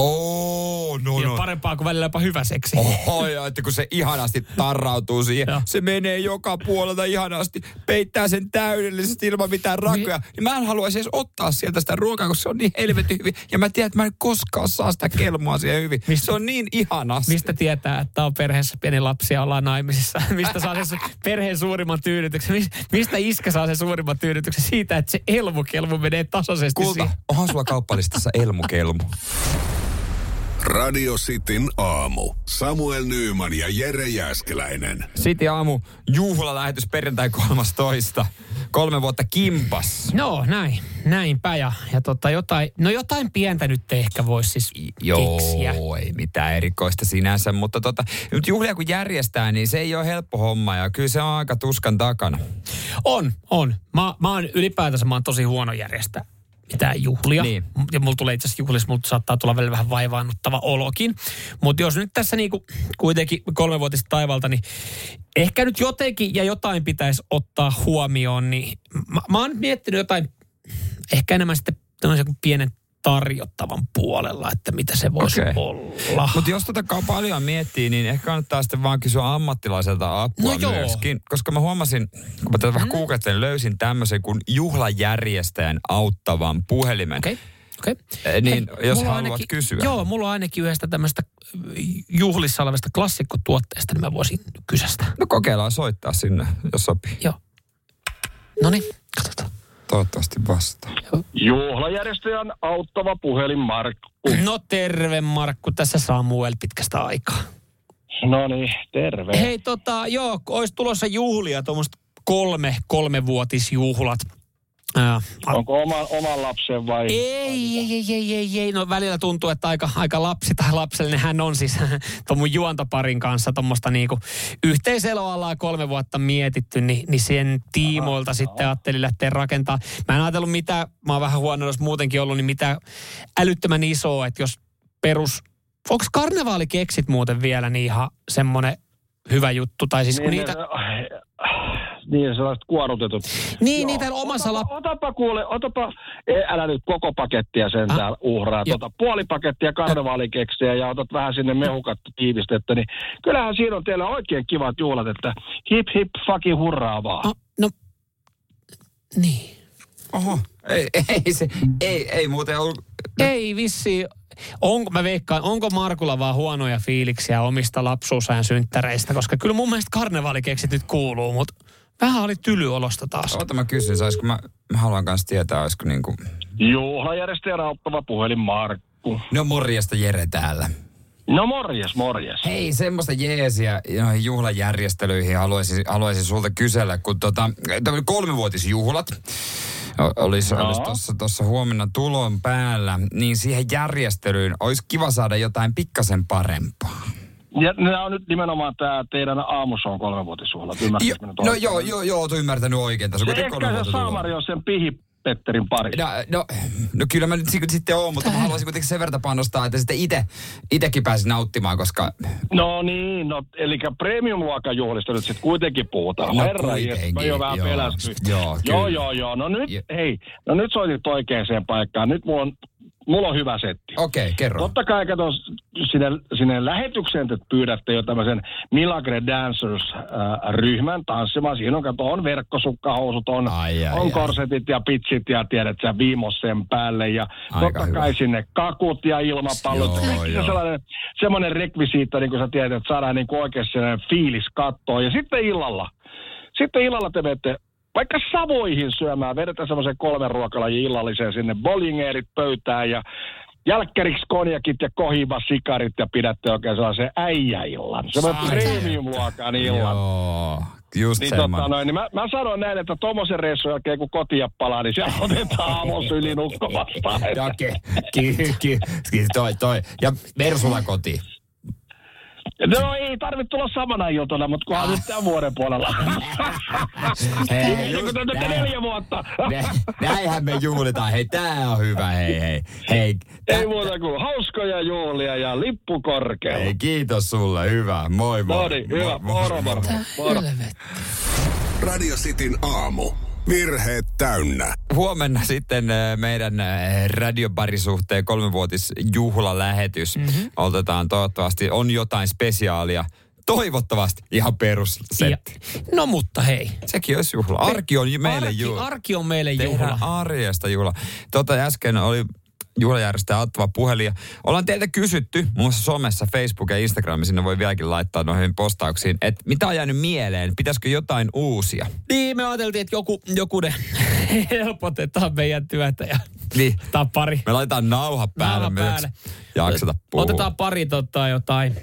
Speaker 2: Oo, no,
Speaker 3: ja
Speaker 2: no.
Speaker 3: parempaa kuin välillä jopa hyvä seksi.
Speaker 2: Oho, ja että kun se ihanasti tarrautuu siihen, se menee joka puolelta ihanasti, peittää sen täydellisesti ilman mitään rakoja. Niin mä en haluaisi edes ottaa sieltä sitä ruokaa, koska se on niin helvetin hyvin. Ja mä tiedän, että mä en koskaan saa sitä kelmoa siihen hyvin. Mistä, se on niin ihanasti.
Speaker 3: Mistä tietää, että on perheessä pieni lapsi ja ollaan naimisissa? Mistä saa sen su- perheen suurimman tyydytyksen? Mis- Mistä iskä saa sen suurimman tyydytyksen? Siitä, että se elmukelmu menee tasaisesti
Speaker 2: Kulta,
Speaker 3: siihen.
Speaker 2: onhan sulla kauppalistassa elmukelmu.
Speaker 12: Radio Cityn aamu. Samuel Nyyman ja Jere Jäskeläinen.
Speaker 2: City aamu juhlalähetys perjantai 13. Kolme vuotta kimpas.
Speaker 3: No näin, näinpä ja, ja tota jotain, no jotain pientä nyt ehkä voisi siis
Speaker 2: Joo,
Speaker 3: keksiä.
Speaker 2: ei mitään erikoista sinänsä, mutta tota, nyt juhlia kun järjestää, niin se ei ole helppo homma ja kyllä se on aika tuskan takana.
Speaker 3: On, on. Mä, mä oon ylipäätänsä mä oon tosi huono järjestää mitään juhlia. Niin. Ja mulla tulee itse asiassa juhlissa, mutta saattaa tulla välillä vähän vaivaannuttava olokin. Mutta jos nyt tässä niinku kuitenkin kolmevuotista taivalta, niin ehkä nyt jotenkin ja jotain pitäisi ottaa huomioon, niin mä, mä oon nyt miettinyt jotain ehkä enemmän sitten tämmöisen kuin pienen tarjottavan puolella, että mitä se voisi okay.
Speaker 2: Okei.
Speaker 3: olla.
Speaker 2: Mutta jos tätä tota paljon miettii, niin ehkä kannattaa sitten vaan kysyä ammattilaiselta apua
Speaker 3: No joo. Mm.
Speaker 2: myöskin. Koska mä huomasin, kun mä tätä vähän googlettelin, niin löysin tämmöisen kuin juhlajärjestäjän auttavan puhelimen.
Speaker 3: Okei. Okay.
Speaker 2: Eh, Niin,
Speaker 3: Hei,
Speaker 2: jos
Speaker 3: mulla on
Speaker 2: haluat
Speaker 3: ainakin-
Speaker 2: kysyä.
Speaker 3: Joo, mulla on ainakin yhdestä tämmöistä mm, juhlissa olevasta klassikkotuotteesta, niin mä voisin kysästä.
Speaker 2: No kokeillaan soittaa sinne, jos sopii.
Speaker 3: Joo. No niin,
Speaker 2: Toivottavasti vastaa.
Speaker 14: Juhlajärjestöjen auttava puhelin Markku.
Speaker 3: No terve Markku, tässä Samuel pitkästä aikaa.
Speaker 14: No niin, terve.
Speaker 3: Hei tota, joo, olisi tulossa juhlia, tuommoista kolme, kolmevuotisjuhlat. Äh,
Speaker 14: Onko oma, oman lapsen vai?
Speaker 3: Ei, ei, ei, ei, ei, ei. No välillä tuntuu, että aika, aika lapsi tai lapsellinen hän on siis tuon mun juontoparin kanssa tuommoista niinku yhteiseloa ollaan kolme vuotta mietitty, niin, niin sen tiimoilta sitten ajattelin lähteä rakentaa. Mä en ajatellut mitä, mä oon vähän huono, jos muutenkin ollut, niin mitä älyttömän isoa, että jos perus, onko karnevaalikeksit muuten vielä niin ihan semmoinen hyvä juttu, tai siis kun
Speaker 14: Niin,
Speaker 3: niitä...
Speaker 14: Niin, sellaiset kuorutetut.
Speaker 3: Niin, niitä omassa lap...
Speaker 14: Otapa kuule, otapa, ei, älä nyt koko pakettia sentään ah, uhraa.
Speaker 3: Joo.
Speaker 14: Tota, puoli pakettia karnevaalikeksiä ja otat vähän sinne mehukatta tiivistettä, niin kyllähän siinä on teillä oikein kivat juhlat, että hip hip fucking hurraa vaan.
Speaker 3: Ah, no, niin.
Speaker 2: Oho, ei, ei, se, ei, ei muuten ollut
Speaker 3: Ei vissi. Onko, mä veikkaan, onko Markulla vaan huonoja fiiliksiä omista lapsuusajan synttäreistä, koska kyllä mun mielestä karnevaalikeksit nyt kuuluu, mutta vähän oli tylyolosta taas.
Speaker 2: Oota mä kysyn, saisiko mä, mä haluan kanssa tietää, olisiko niinku...
Speaker 14: Juhlajärjestäjän auttava puhelin Markku.
Speaker 2: No morjesta Jere täällä.
Speaker 14: No morjes, morjes.
Speaker 2: Hei, semmoista jeesiä noihin juhlajärjestelyihin haluaisin, haluaisin sulta kysellä, kun tota, tämmöinen kolmivuotisjuhlat o- olisi, no.
Speaker 14: Joo.
Speaker 2: olisi tuossa, tuossa huomenna tulon päällä, niin siihen järjestelyyn olisi kiva saada jotain pikkasen parempaa.
Speaker 14: Ja nämä on nyt nimenomaan tämä teidän aamussa on kolmevuotisjuhlat,
Speaker 2: Jo,
Speaker 14: ymmärsitkö nyt
Speaker 2: no
Speaker 14: oikein?
Speaker 2: joo, joo, joo, oot ymmärtänyt oikein. Tässä on
Speaker 14: Se
Speaker 2: kuitenkin
Speaker 14: ehkä se
Speaker 2: kolmivuotisjuhlat.
Speaker 14: Saamari on sen pihi Petterin pari.
Speaker 2: No, no, no kyllä mä nyt sit- sitten oon, mutta mä haluaisin kuitenkin sen verran panostaa, että sitten ite, itekin pääsin nauttimaan, koska
Speaker 14: No niin, no, eli premium-luokan juhlista nyt sitten kuitenkin puhutaan.
Speaker 2: No
Speaker 14: Herra, jes, mä
Speaker 2: kuitenkin,
Speaker 14: jo vähän
Speaker 2: joo.
Speaker 14: pelästyin.
Speaker 2: Joo,
Speaker 14: joo,
Speaker 2: kyllä.
Speaker 14: joo, joo. No nyt, hei, no nyt soitit oikeaan paikkaan. Nyt mulla on, mulla on hyvä setti.
Speaker 2: Okei, okay, kerro.
Speaker 14: Totta kai kato sinne, sinne lähetykseen, että pyydätte jo tämmöisen Milagre Dancers-ryhmän tanssimaan. Siinä on, kato, on verkkosukkahousut, on, ai,
Speaker 2: ai,
Speaker 14: on
Speaker 2: ai.
Speaker 14: korsetit ja pitsit ja tiedät sä viimos sen päälle. Ja
Speaker 2: Aika
Speaker 14: totta
Speaker 2: hyvä.
Speaker 14: kai sinne kakut ja ilmapallot.
Speaker 2: Joo,
Speaker 14: Kaikki
Speaker 2: joo.
Speaker 14: on sellainen, semmoinen rekvisiitta, niin kuin sä tiedät, että saadaan niin oikeasti sellainen fiilis kattoon. Ja sitten illalla, sitten illalla te menette vaikka Savoihin syömään, vedetään semmoisen kolmen ruokalajin illalliseen sinne, bolingeerit pöytään ja jälkkäriksi konjakit ja kohiva sikarit ja pidätte oikein sellaisen äijäillan. Semmoinen
Speaker 2: Saatana.
Speaker 14: premium-luokan illan.
Speaker 2: Joo, just
Speaker 14: Niin,
Speaker 2: semmoinen.
Speaker 14: tota noin, niin mä, mä sanon näin, että tommosen reissun jälkeen kun kotia palaa, niin siellä otetaan aamussa yli nukko vastaan.
Speaker 2: Joo, siis ki, ki, ki, ki, toi, toi. Ja Versula koti.
Speaker 14: No ei tarvitse tulla samana iltana, mutta kunhan nyt tämän vuoden puolella.
Speaker 2: Hei,
Speaker 14: Ennen kuin
Speaker 2: just
Speaker 14: täytätte
Speaker 2: näin.
Speaker 14: neljä vuotta.
Speaker 2: Nä- Näinhän me juhlitaan. Hei, tää on hyvä. Hei, hei. Hei,
Speaker 14: Ei muuta kuin hauskoja juhlia ja lippu korkealla.
Speaker 2: hei kiitos sulle. Hyvä. Moi moi.
Speaker 14: No niin, hyvä. Moro, moro. Moro.
Speaker 12: Radio Cityn aamu. Virheet täynnä.
Speaker 2: Huomenna sitten äh, meidän äh, radioparisuhteen kolmenvuotisjuhlalähetys. Mm-hmm. Otetaan toivottavasti, on jotain spesiaalia. Toivottavasti ihan perussetti.
Speaker 3: No mutta hei.
Speaker 2: Sekin olisi juhla. Arki on meille
Speaker 3: arki,
Speaker 2: juhla.
Speaker 3: Arki on meille juhla.
Speaker 2: Tehdään arjesta juhla. Tota äsken oli juhlajärjestäjä Attava puhelin. ja Ollaan teiltä kysytty, muun muassa somessa, Facebook ja Instagram, sinne voi vieläkin laittaa noihin postauksiin, että mitä on jäänyt mieleen, pitäisikö jotain uusia?
Speaker 3: Niin, me ajateltiin, että joku, joku ne helpotetaan meidän työtä ja
Speaker 2: Niin.
Speaker 3: tai pari.
Speaker 2: Me laitetaan nauha päälle,
Speaker 3: Nauha
Speaker 2: me
Speaker 3: päälle.
Speaker 2: ei jakseta puhua.
Speaker 3: Otetaan pari tota, jotain.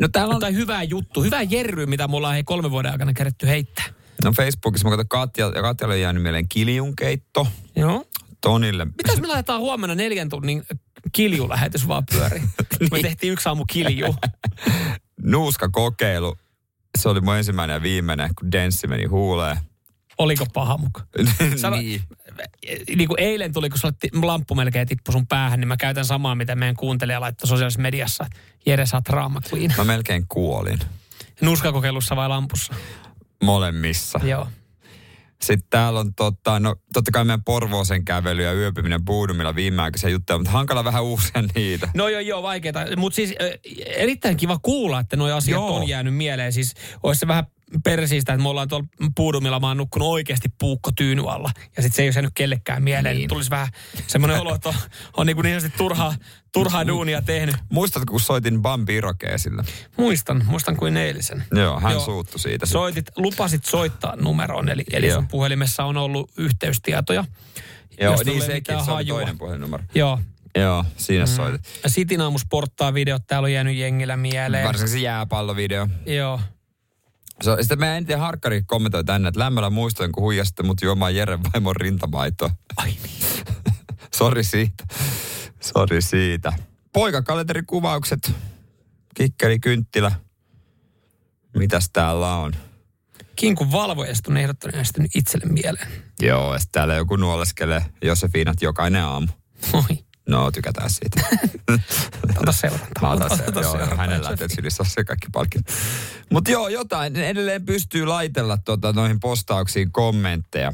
Speaker 3: No täällä on jotain hyvää juttu, hyvää jerryä, mitä mulla on hei kolmen vuoden aikana kerätty heittää.
Speaker 2: No Facebookissa mä katson Katja, ja Katjalle on jäänyt mieleen kiljunkeitto.
Speaker 3: Joo.
Speaker 2: Tonille.
Speaker 3: Mitä jos me laitetaan huomenna neljän tunnin kiljulähetys vaan pyöriin? Me tehtiin yksi aamu kilju.
Speaker 2: Nuuska kokeilu. Se oli mun ensimmäinen ja viimeinen, kun denssi meni huuleen.
Speaker 3: Oliko paha muka? Sano,
Speaker 2: niin.
Speaker 3: niin kuin eilen tuli, kun sulle ti- lamppu melkein tippui sun päähän, niin mä käytän samaa, mitä meidän kuuntelija laittoi sosiaalisessa mediassa. että Jere, sä oot raama queen.
Speaker 2: Mä melkein kuolin.
Speaker 3: Nuskakokeilussa vai lampussa?
Speaker 2: Molemmissa.
Speaker 3: Joo.
Speaker 2: Sitten täällä on tota, no, totta kai meidän Porvoosen kävely ja yöpyminen puudumilla viimeaikaisia juttuja, mutta hankala vähän uusia niitä.
Speaker 3: No joo, joo, vaikeita. Mutta siis ö, erittäin kiva kuulla, että nuo asiat
Speaker 2: Joo.
Speaker 3: joo. on jäänyt mieleen. Siis olisi se vähän persiistä, että me ollaan tuolla puudumilla, mä oon nukkunut oikeasti puukko tyyny alla. Ja sitten se ei ole jäänyt kellekään mieleen. Niin. Tulisi vähän semmoinen olo, että on, on niin, kuin niin sanotusti turhaa,
Speaker 2: Niin.
Speaker 3: turhaa duunia tehnyt.
Speaker 2: Muistatko, kun soitin Bambi Irokea sillä?
Speaker 3: Muistan, muistan kuin eilisen.
Speaker 2: Joo, hän suuttui siitä sitten.
Speaker 3: Soitit, lupasit soittaa numeroon, eli, eli
Speaker 2: Joo.
Speaker 3: sun puhelimessa on ollut yhteystietoja.
Speaker 2: Joo,
Speaker 3: Jos tulee
Speaker 2: niin sekin,
Speaker 3: mitään
Speaker 2: se oli
Speaker 3: hajua.
Speaker 2: toinen puhelinnumero.
Speaker 3: Joo.
Speaker 2: Joo, siinä mm. soitit.
Speaker 3: Sitin aamu sporttaa videot, täällä on jäänyt jengillä mieleen.
Speaker 2: Varsinkin se jääpallovideo.
Speaker 3: Joo.
Speaker 2: So, sitten meidän entinen harkkari kommentoi tänne, että lämmöllä muistoin, kun huijasitte mut juomaan Jeren vaimon rintamaitoa. Ai niin. Sori siitä. Sori siitä. Poikakalenterikuvaukset. Kikkeli, kynttilä. Mitäs täällä on?
Speaker 3: Kinkun valvojasta on ehdottanut jäänyt itselle mieleen.
Speaker 2: Joo, ja sit täällä joku nuoleskelee Josefinat jokainen aamu.
Speaker 3: Oi.
Speaker 2: No, tykätään siitä.
Speaker 3: Ota seurantaa.
Speaker 2: Mä otan sen.
Speaker 3: ota
Speaker 2: Joo, joo,
Speaker 3: seurantaa.
Speaker 2: hänellä on tietysti ylissä se kaikki palkinnot. Mutta joo, jotain. Ne Edelleen pystyy laitella tuota, noihin postauksiin kommentteja.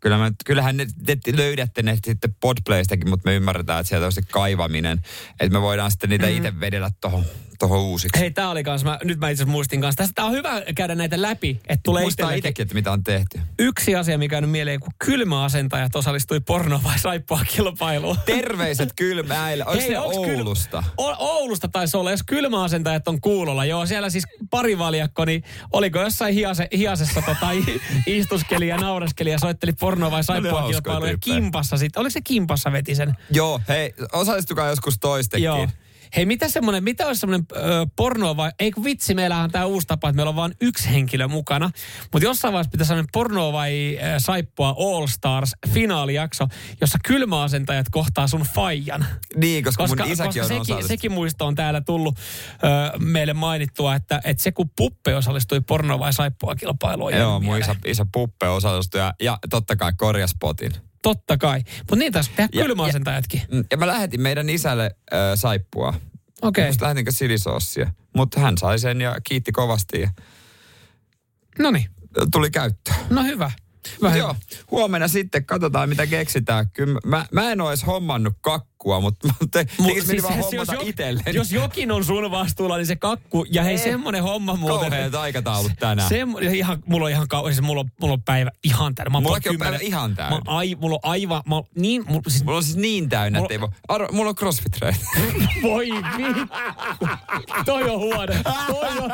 Speaker 2: Kyllä mä, kyllähän ne, te löydätte ne sitten podplaystäkin, mutta me ymmärretään, että sieltä on se kaivaminen. Että me voidaan sitten niitä itse vedellä tohon, tohon uusiksi.
Speaker 3: Mm. Hei, tää oli kans, mä, nyt mä itse asiassa muistin kanssa. Tästä tää on hyvä käydä näitä läpi, että tulee
Speaker 2: Muistaa
Speaker 3: itsellekin.
Speaker 2: itsekin, että mitä on tehty.
Speaker 3: Yksi asia, mikä on nyt mieleen, kun kylmäasentajat osallistui porno vai saippaa kilpailuun.
Speaker 2: Terveiset kylmäillä. Onko
Speaker 3: Hei,
Speaker 2: se
Speaker 3: onks kyl-
Speaker 2: Oulusta?
Speaker 3: O- Oulusta taisi olla, jos kylmäasentajat on kuulolla. Joo, siellä siis pari valjakko, niin oliko jossain hiase, hiasessa tota, i- istuskeli ja nauraskeli ja soitteli porno vai
Speaker 2: No ne
Speaker 3: saippua
Speaker 2: on
Speaker 3: kilpailuun.
Speaker 2: hauskoja
Speaker 3: Ja
Speaker 2: tyyppejä.
Speaker 3: kimpassa sitten, oliko se kimpassa veti sen?
Speaker 2: Joo, hei, osallistukaa joskus toistekin.
Speaker 3: Joo. Hei, mitä semmonen, mitä olisi semmonen ö, porno vai, ei kun vitsi, meillähän on tää uusi tapa, että meillä on vain yksi henkilö mukana. Mutta jossain vaiheessa pitää semmonen porno vai ö, saippua All Stars finaalijakso, jossa kylmäasentajat kohtaa sun faijan.
Speaker 2: Niin, koska,
Speaker 3: Koska,
Speaker 2: mun isäkin
Speaker 3: koska
Speaker 2: on
Speaker 3: sekin,
Speaker 2: osallistunut.
Speaker 3: sekin muisto on täällä tullut ö, meille mainittua, että, että se kun puppe osallistui porno vai saippua kilpailuun.
Speaker 2: Joo, mun isä, isä puppe osallistui ja, ja totta kai korjaspotin.
Speaker 3: Totta kai. Mutta niin taisi tehdä
Speaker 2: Ja-
Speaker 3: kylmäasentajatkin.
Speaker 2: Mm, Ja mä lähetin meidän isälle äh, saippua.
Speaker 3: Okei.
Speaker 2: Musta lähetinkö silisoossia. Mutta hän sai sen ja kiitti kovasti ja
Speaker 3: No niin,
Speaker 2: tuli käyttöön.
Speaker 3: no hyvä.
Speaker 2: Mut Joo, huomenna sitten katsotaan mitä keksitään. Kyllä mä, mä en oo edes hommannut kakkua, mutta te, Mut, siis meni vaan hommata
Speaker 3: jok-
Speaker 2: itselleen.
Speaker 3: jos jokin on sun vastuulla, niin se kakku. Ja hei,
Speaker 2: Ei.
Speaker 3: semmonen homma muuten.
Speaker 2: Kauheet aikataulut tänään.
Speaker 3: Se, ihan, mulla on ihan kau- siis mulla, on- mulla on päivä ihan täynnä. Mä oon
Speaker 2: Mullakin on
Speaker 3: puoli
Speaker 2: päivä
Speaker 3: kymmenen-
Speaker 2: ihan täynnä.
Speaker 3: Mä, oon ai, mulla on aivan, mä, oon niin, mulla, siis,
Speaker 2: Mulla on siis niin täynnä, että ei voi. Arvo, mulla on crossfit treenit.
Speaker 3: voi vittu. Toi on huono. Toi on.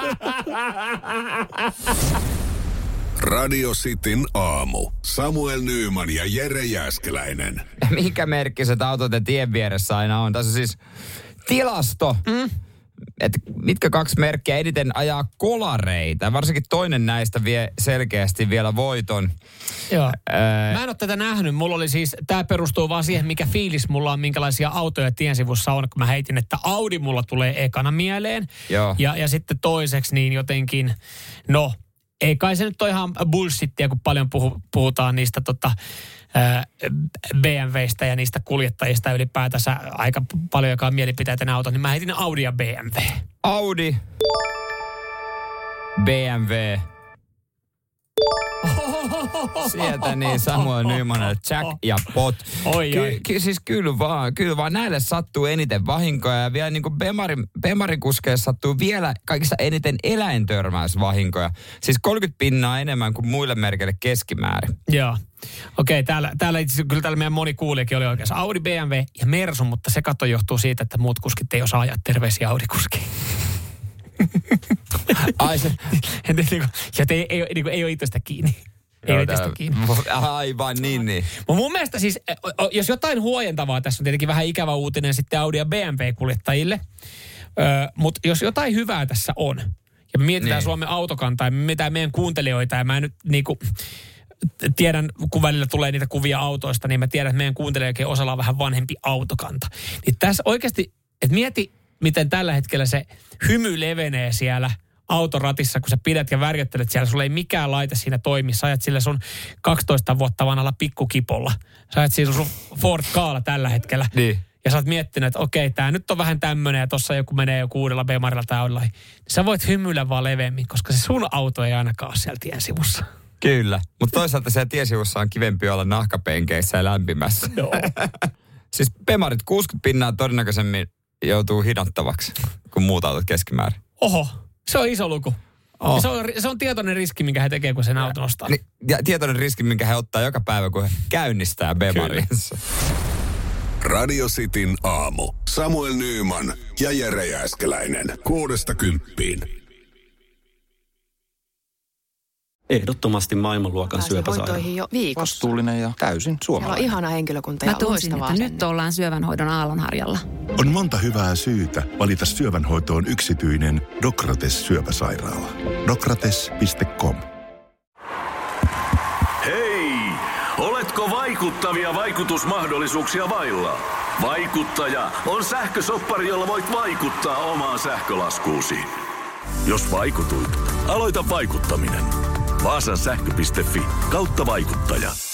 Speaker 12: Radio Cityn aamu. Samuel Nyyman ja Jere Jääskeläinen.
Speaker 2: Minkä merkkiset autot ja tien vieressä aina on? Tässä on siis tilasto. Mm. että mitkä kaksi merkkiä eniten ajaa kolareita. Varsinkin toinen näistä vie selkeästi vielä voiton.
Speaker 3: Joo. Mä en ole tätä nähnyt. Mulla oli siis, tämä perustuu vaan siihen, mikä fiilis mulla on, minkälaisia autoja tien sivussa on, kun mä heitin, että Audi mulla tulee ekana mieleen.
Speaker 2: Joo.
Speaker 3: Ja, ja sitten toiseksi niin jotenkin, no, ei kai se nyt ole ihan bullshittia, kun paljon puhu, puhutaan niistä tota, ää, BMWistä ja niistä kuljettajista ja ylipäätänsä aika paljon, joka on mielipiteitä auto, niin mä heitin Audi ja BMW.
Speaker 2: Audi, BMW, sieltä niin Samuel Nymanille Jack ja Pot.
Speaker 3: Oi, oi.
Speaker 2: Ky- siis kyllä vaan, kyllä vaan näille sattuu eniten vahinkoja ja vielä niin kuin Bemarin, Bemarin kuskeissa sattuu vielä kaikista eniten eläintörmäysvahinkoja. Siis 30 pinnaa enemmän kuin muille merkeille keskimäärin.
Speaker 3: Joo. Okei, täällä, täällä itse asiassa- kyllä täällä meidän moni kuulijakin oli oikeassa. Audi, BMW ja Mersu, mutta se katto johtuu siitä, että muut kuskit ei osaa ajaa terveisiä Audi-kuskiin.
Speaker 2: Ai se.
Speaker 3: Et, niin kuin, ja ei, ei, niin kuin, ei ole itsestä kiinni. Ei ole itsestä kiinni.
Speaker 2: Aivan niin, niin.
Speaker 3: Mut mun mielestä siis, eh, o- o- jos jotain huojentavaa, tässä on tietenkin vähän ikävä uutinen sitten Audi ja BMW-kuljettajille, mutta jos jotain hyvää tässä on, ja me mietitään
Speaker 2: Niin.
Speaker 3: niin. Suomen autokantaa, ja me mietitään meidän kuuntelijoita, ja mä nyt niinku, t- tiedän, kun välillä tulee niitä kuvia autoista, niin mä tiedän, että meidän kuuntelijoiden osalla on vähän vanhempi autokanta. Niin tässä oikeasti, että mieti, miten tällä hetkellä se hymy levenee siellä autoratissa, kun sä pidät ja värjöttelet siellä, sulla ei mikään laite siinä toimi. Sä ajat sillä sun 12 vuotta vanhalla pikkukipolla. Sä ajat siinä sun Ford Kaala tällä hetkellä.
Speaker 2: Niin.
Speaker 3: Ja sä oot miettinyt, että okei, tää nyt on vähän tämmönen ja tossa joku menee jo kuudella B-marilla tai Audilla. Niin Sä voit hymyillä vaan leveämmin, koska se sun auto ei ainakaan ole siellä tien sivussa.
Speaker 2: Kyllä, mutta toisaalta siellä tiesivussa on kivempi olla nahkapenkeissä ja lämpimässä.
Speaker 3: Joo.
Speaker 2: siis pemarit 60 pinnaa todennäköisemmin joutuu hidattavaksi kuin muut autot keskimäärin.
Speaker 3: Oho, se on iso luku.
Speaker 2: Oh.
Speaker 3: Ja Se, on, se on tietoinen riski, minkä he tekee, kun sen auton ostaa.
Speaker 2: Ni, Niin, ja tietoinen riski, minkä he ottaa joka päivä, kun he käynnistää bemarinsa.
Speaker 12: Radio Cityn aamu. Samuel Nyyman ja Jere Jääskeläinen. Kuudesta kymppiin.
Speaker 13: Ehdottomasti maailmanluokan syöpäsairaala.
Speaker 19: hoitoihin jo viikossa.
Speaker 13: Vastuullinen ja täysin
Speaker 19: Siellä on
Speaker 13: suomalainen.
Speaker 19: ihana henkilökunta ja
Speaker 15: Mä tunsin,
Speaker 19: loistavaa
Speaker 15: että nyt ollaan syövänhoidon aallonharjalla.
Speaker 16: On monta hyvää syytä valita syövänhoitoon yksityinen Dokrates syöpäsairaala. Dokrates.com
Speaker 17: Hei! Oletko vaikuttavia vaikutusmahdollisuuksia vailla? Vaikuttaja on sähkösoppari, jolla voit vaikuttaa omaan sähkölaskuusi. Jos vaikutuit, aloita vaikuttaminen. Vaasan sähkö.fi kautta vaikuttaja.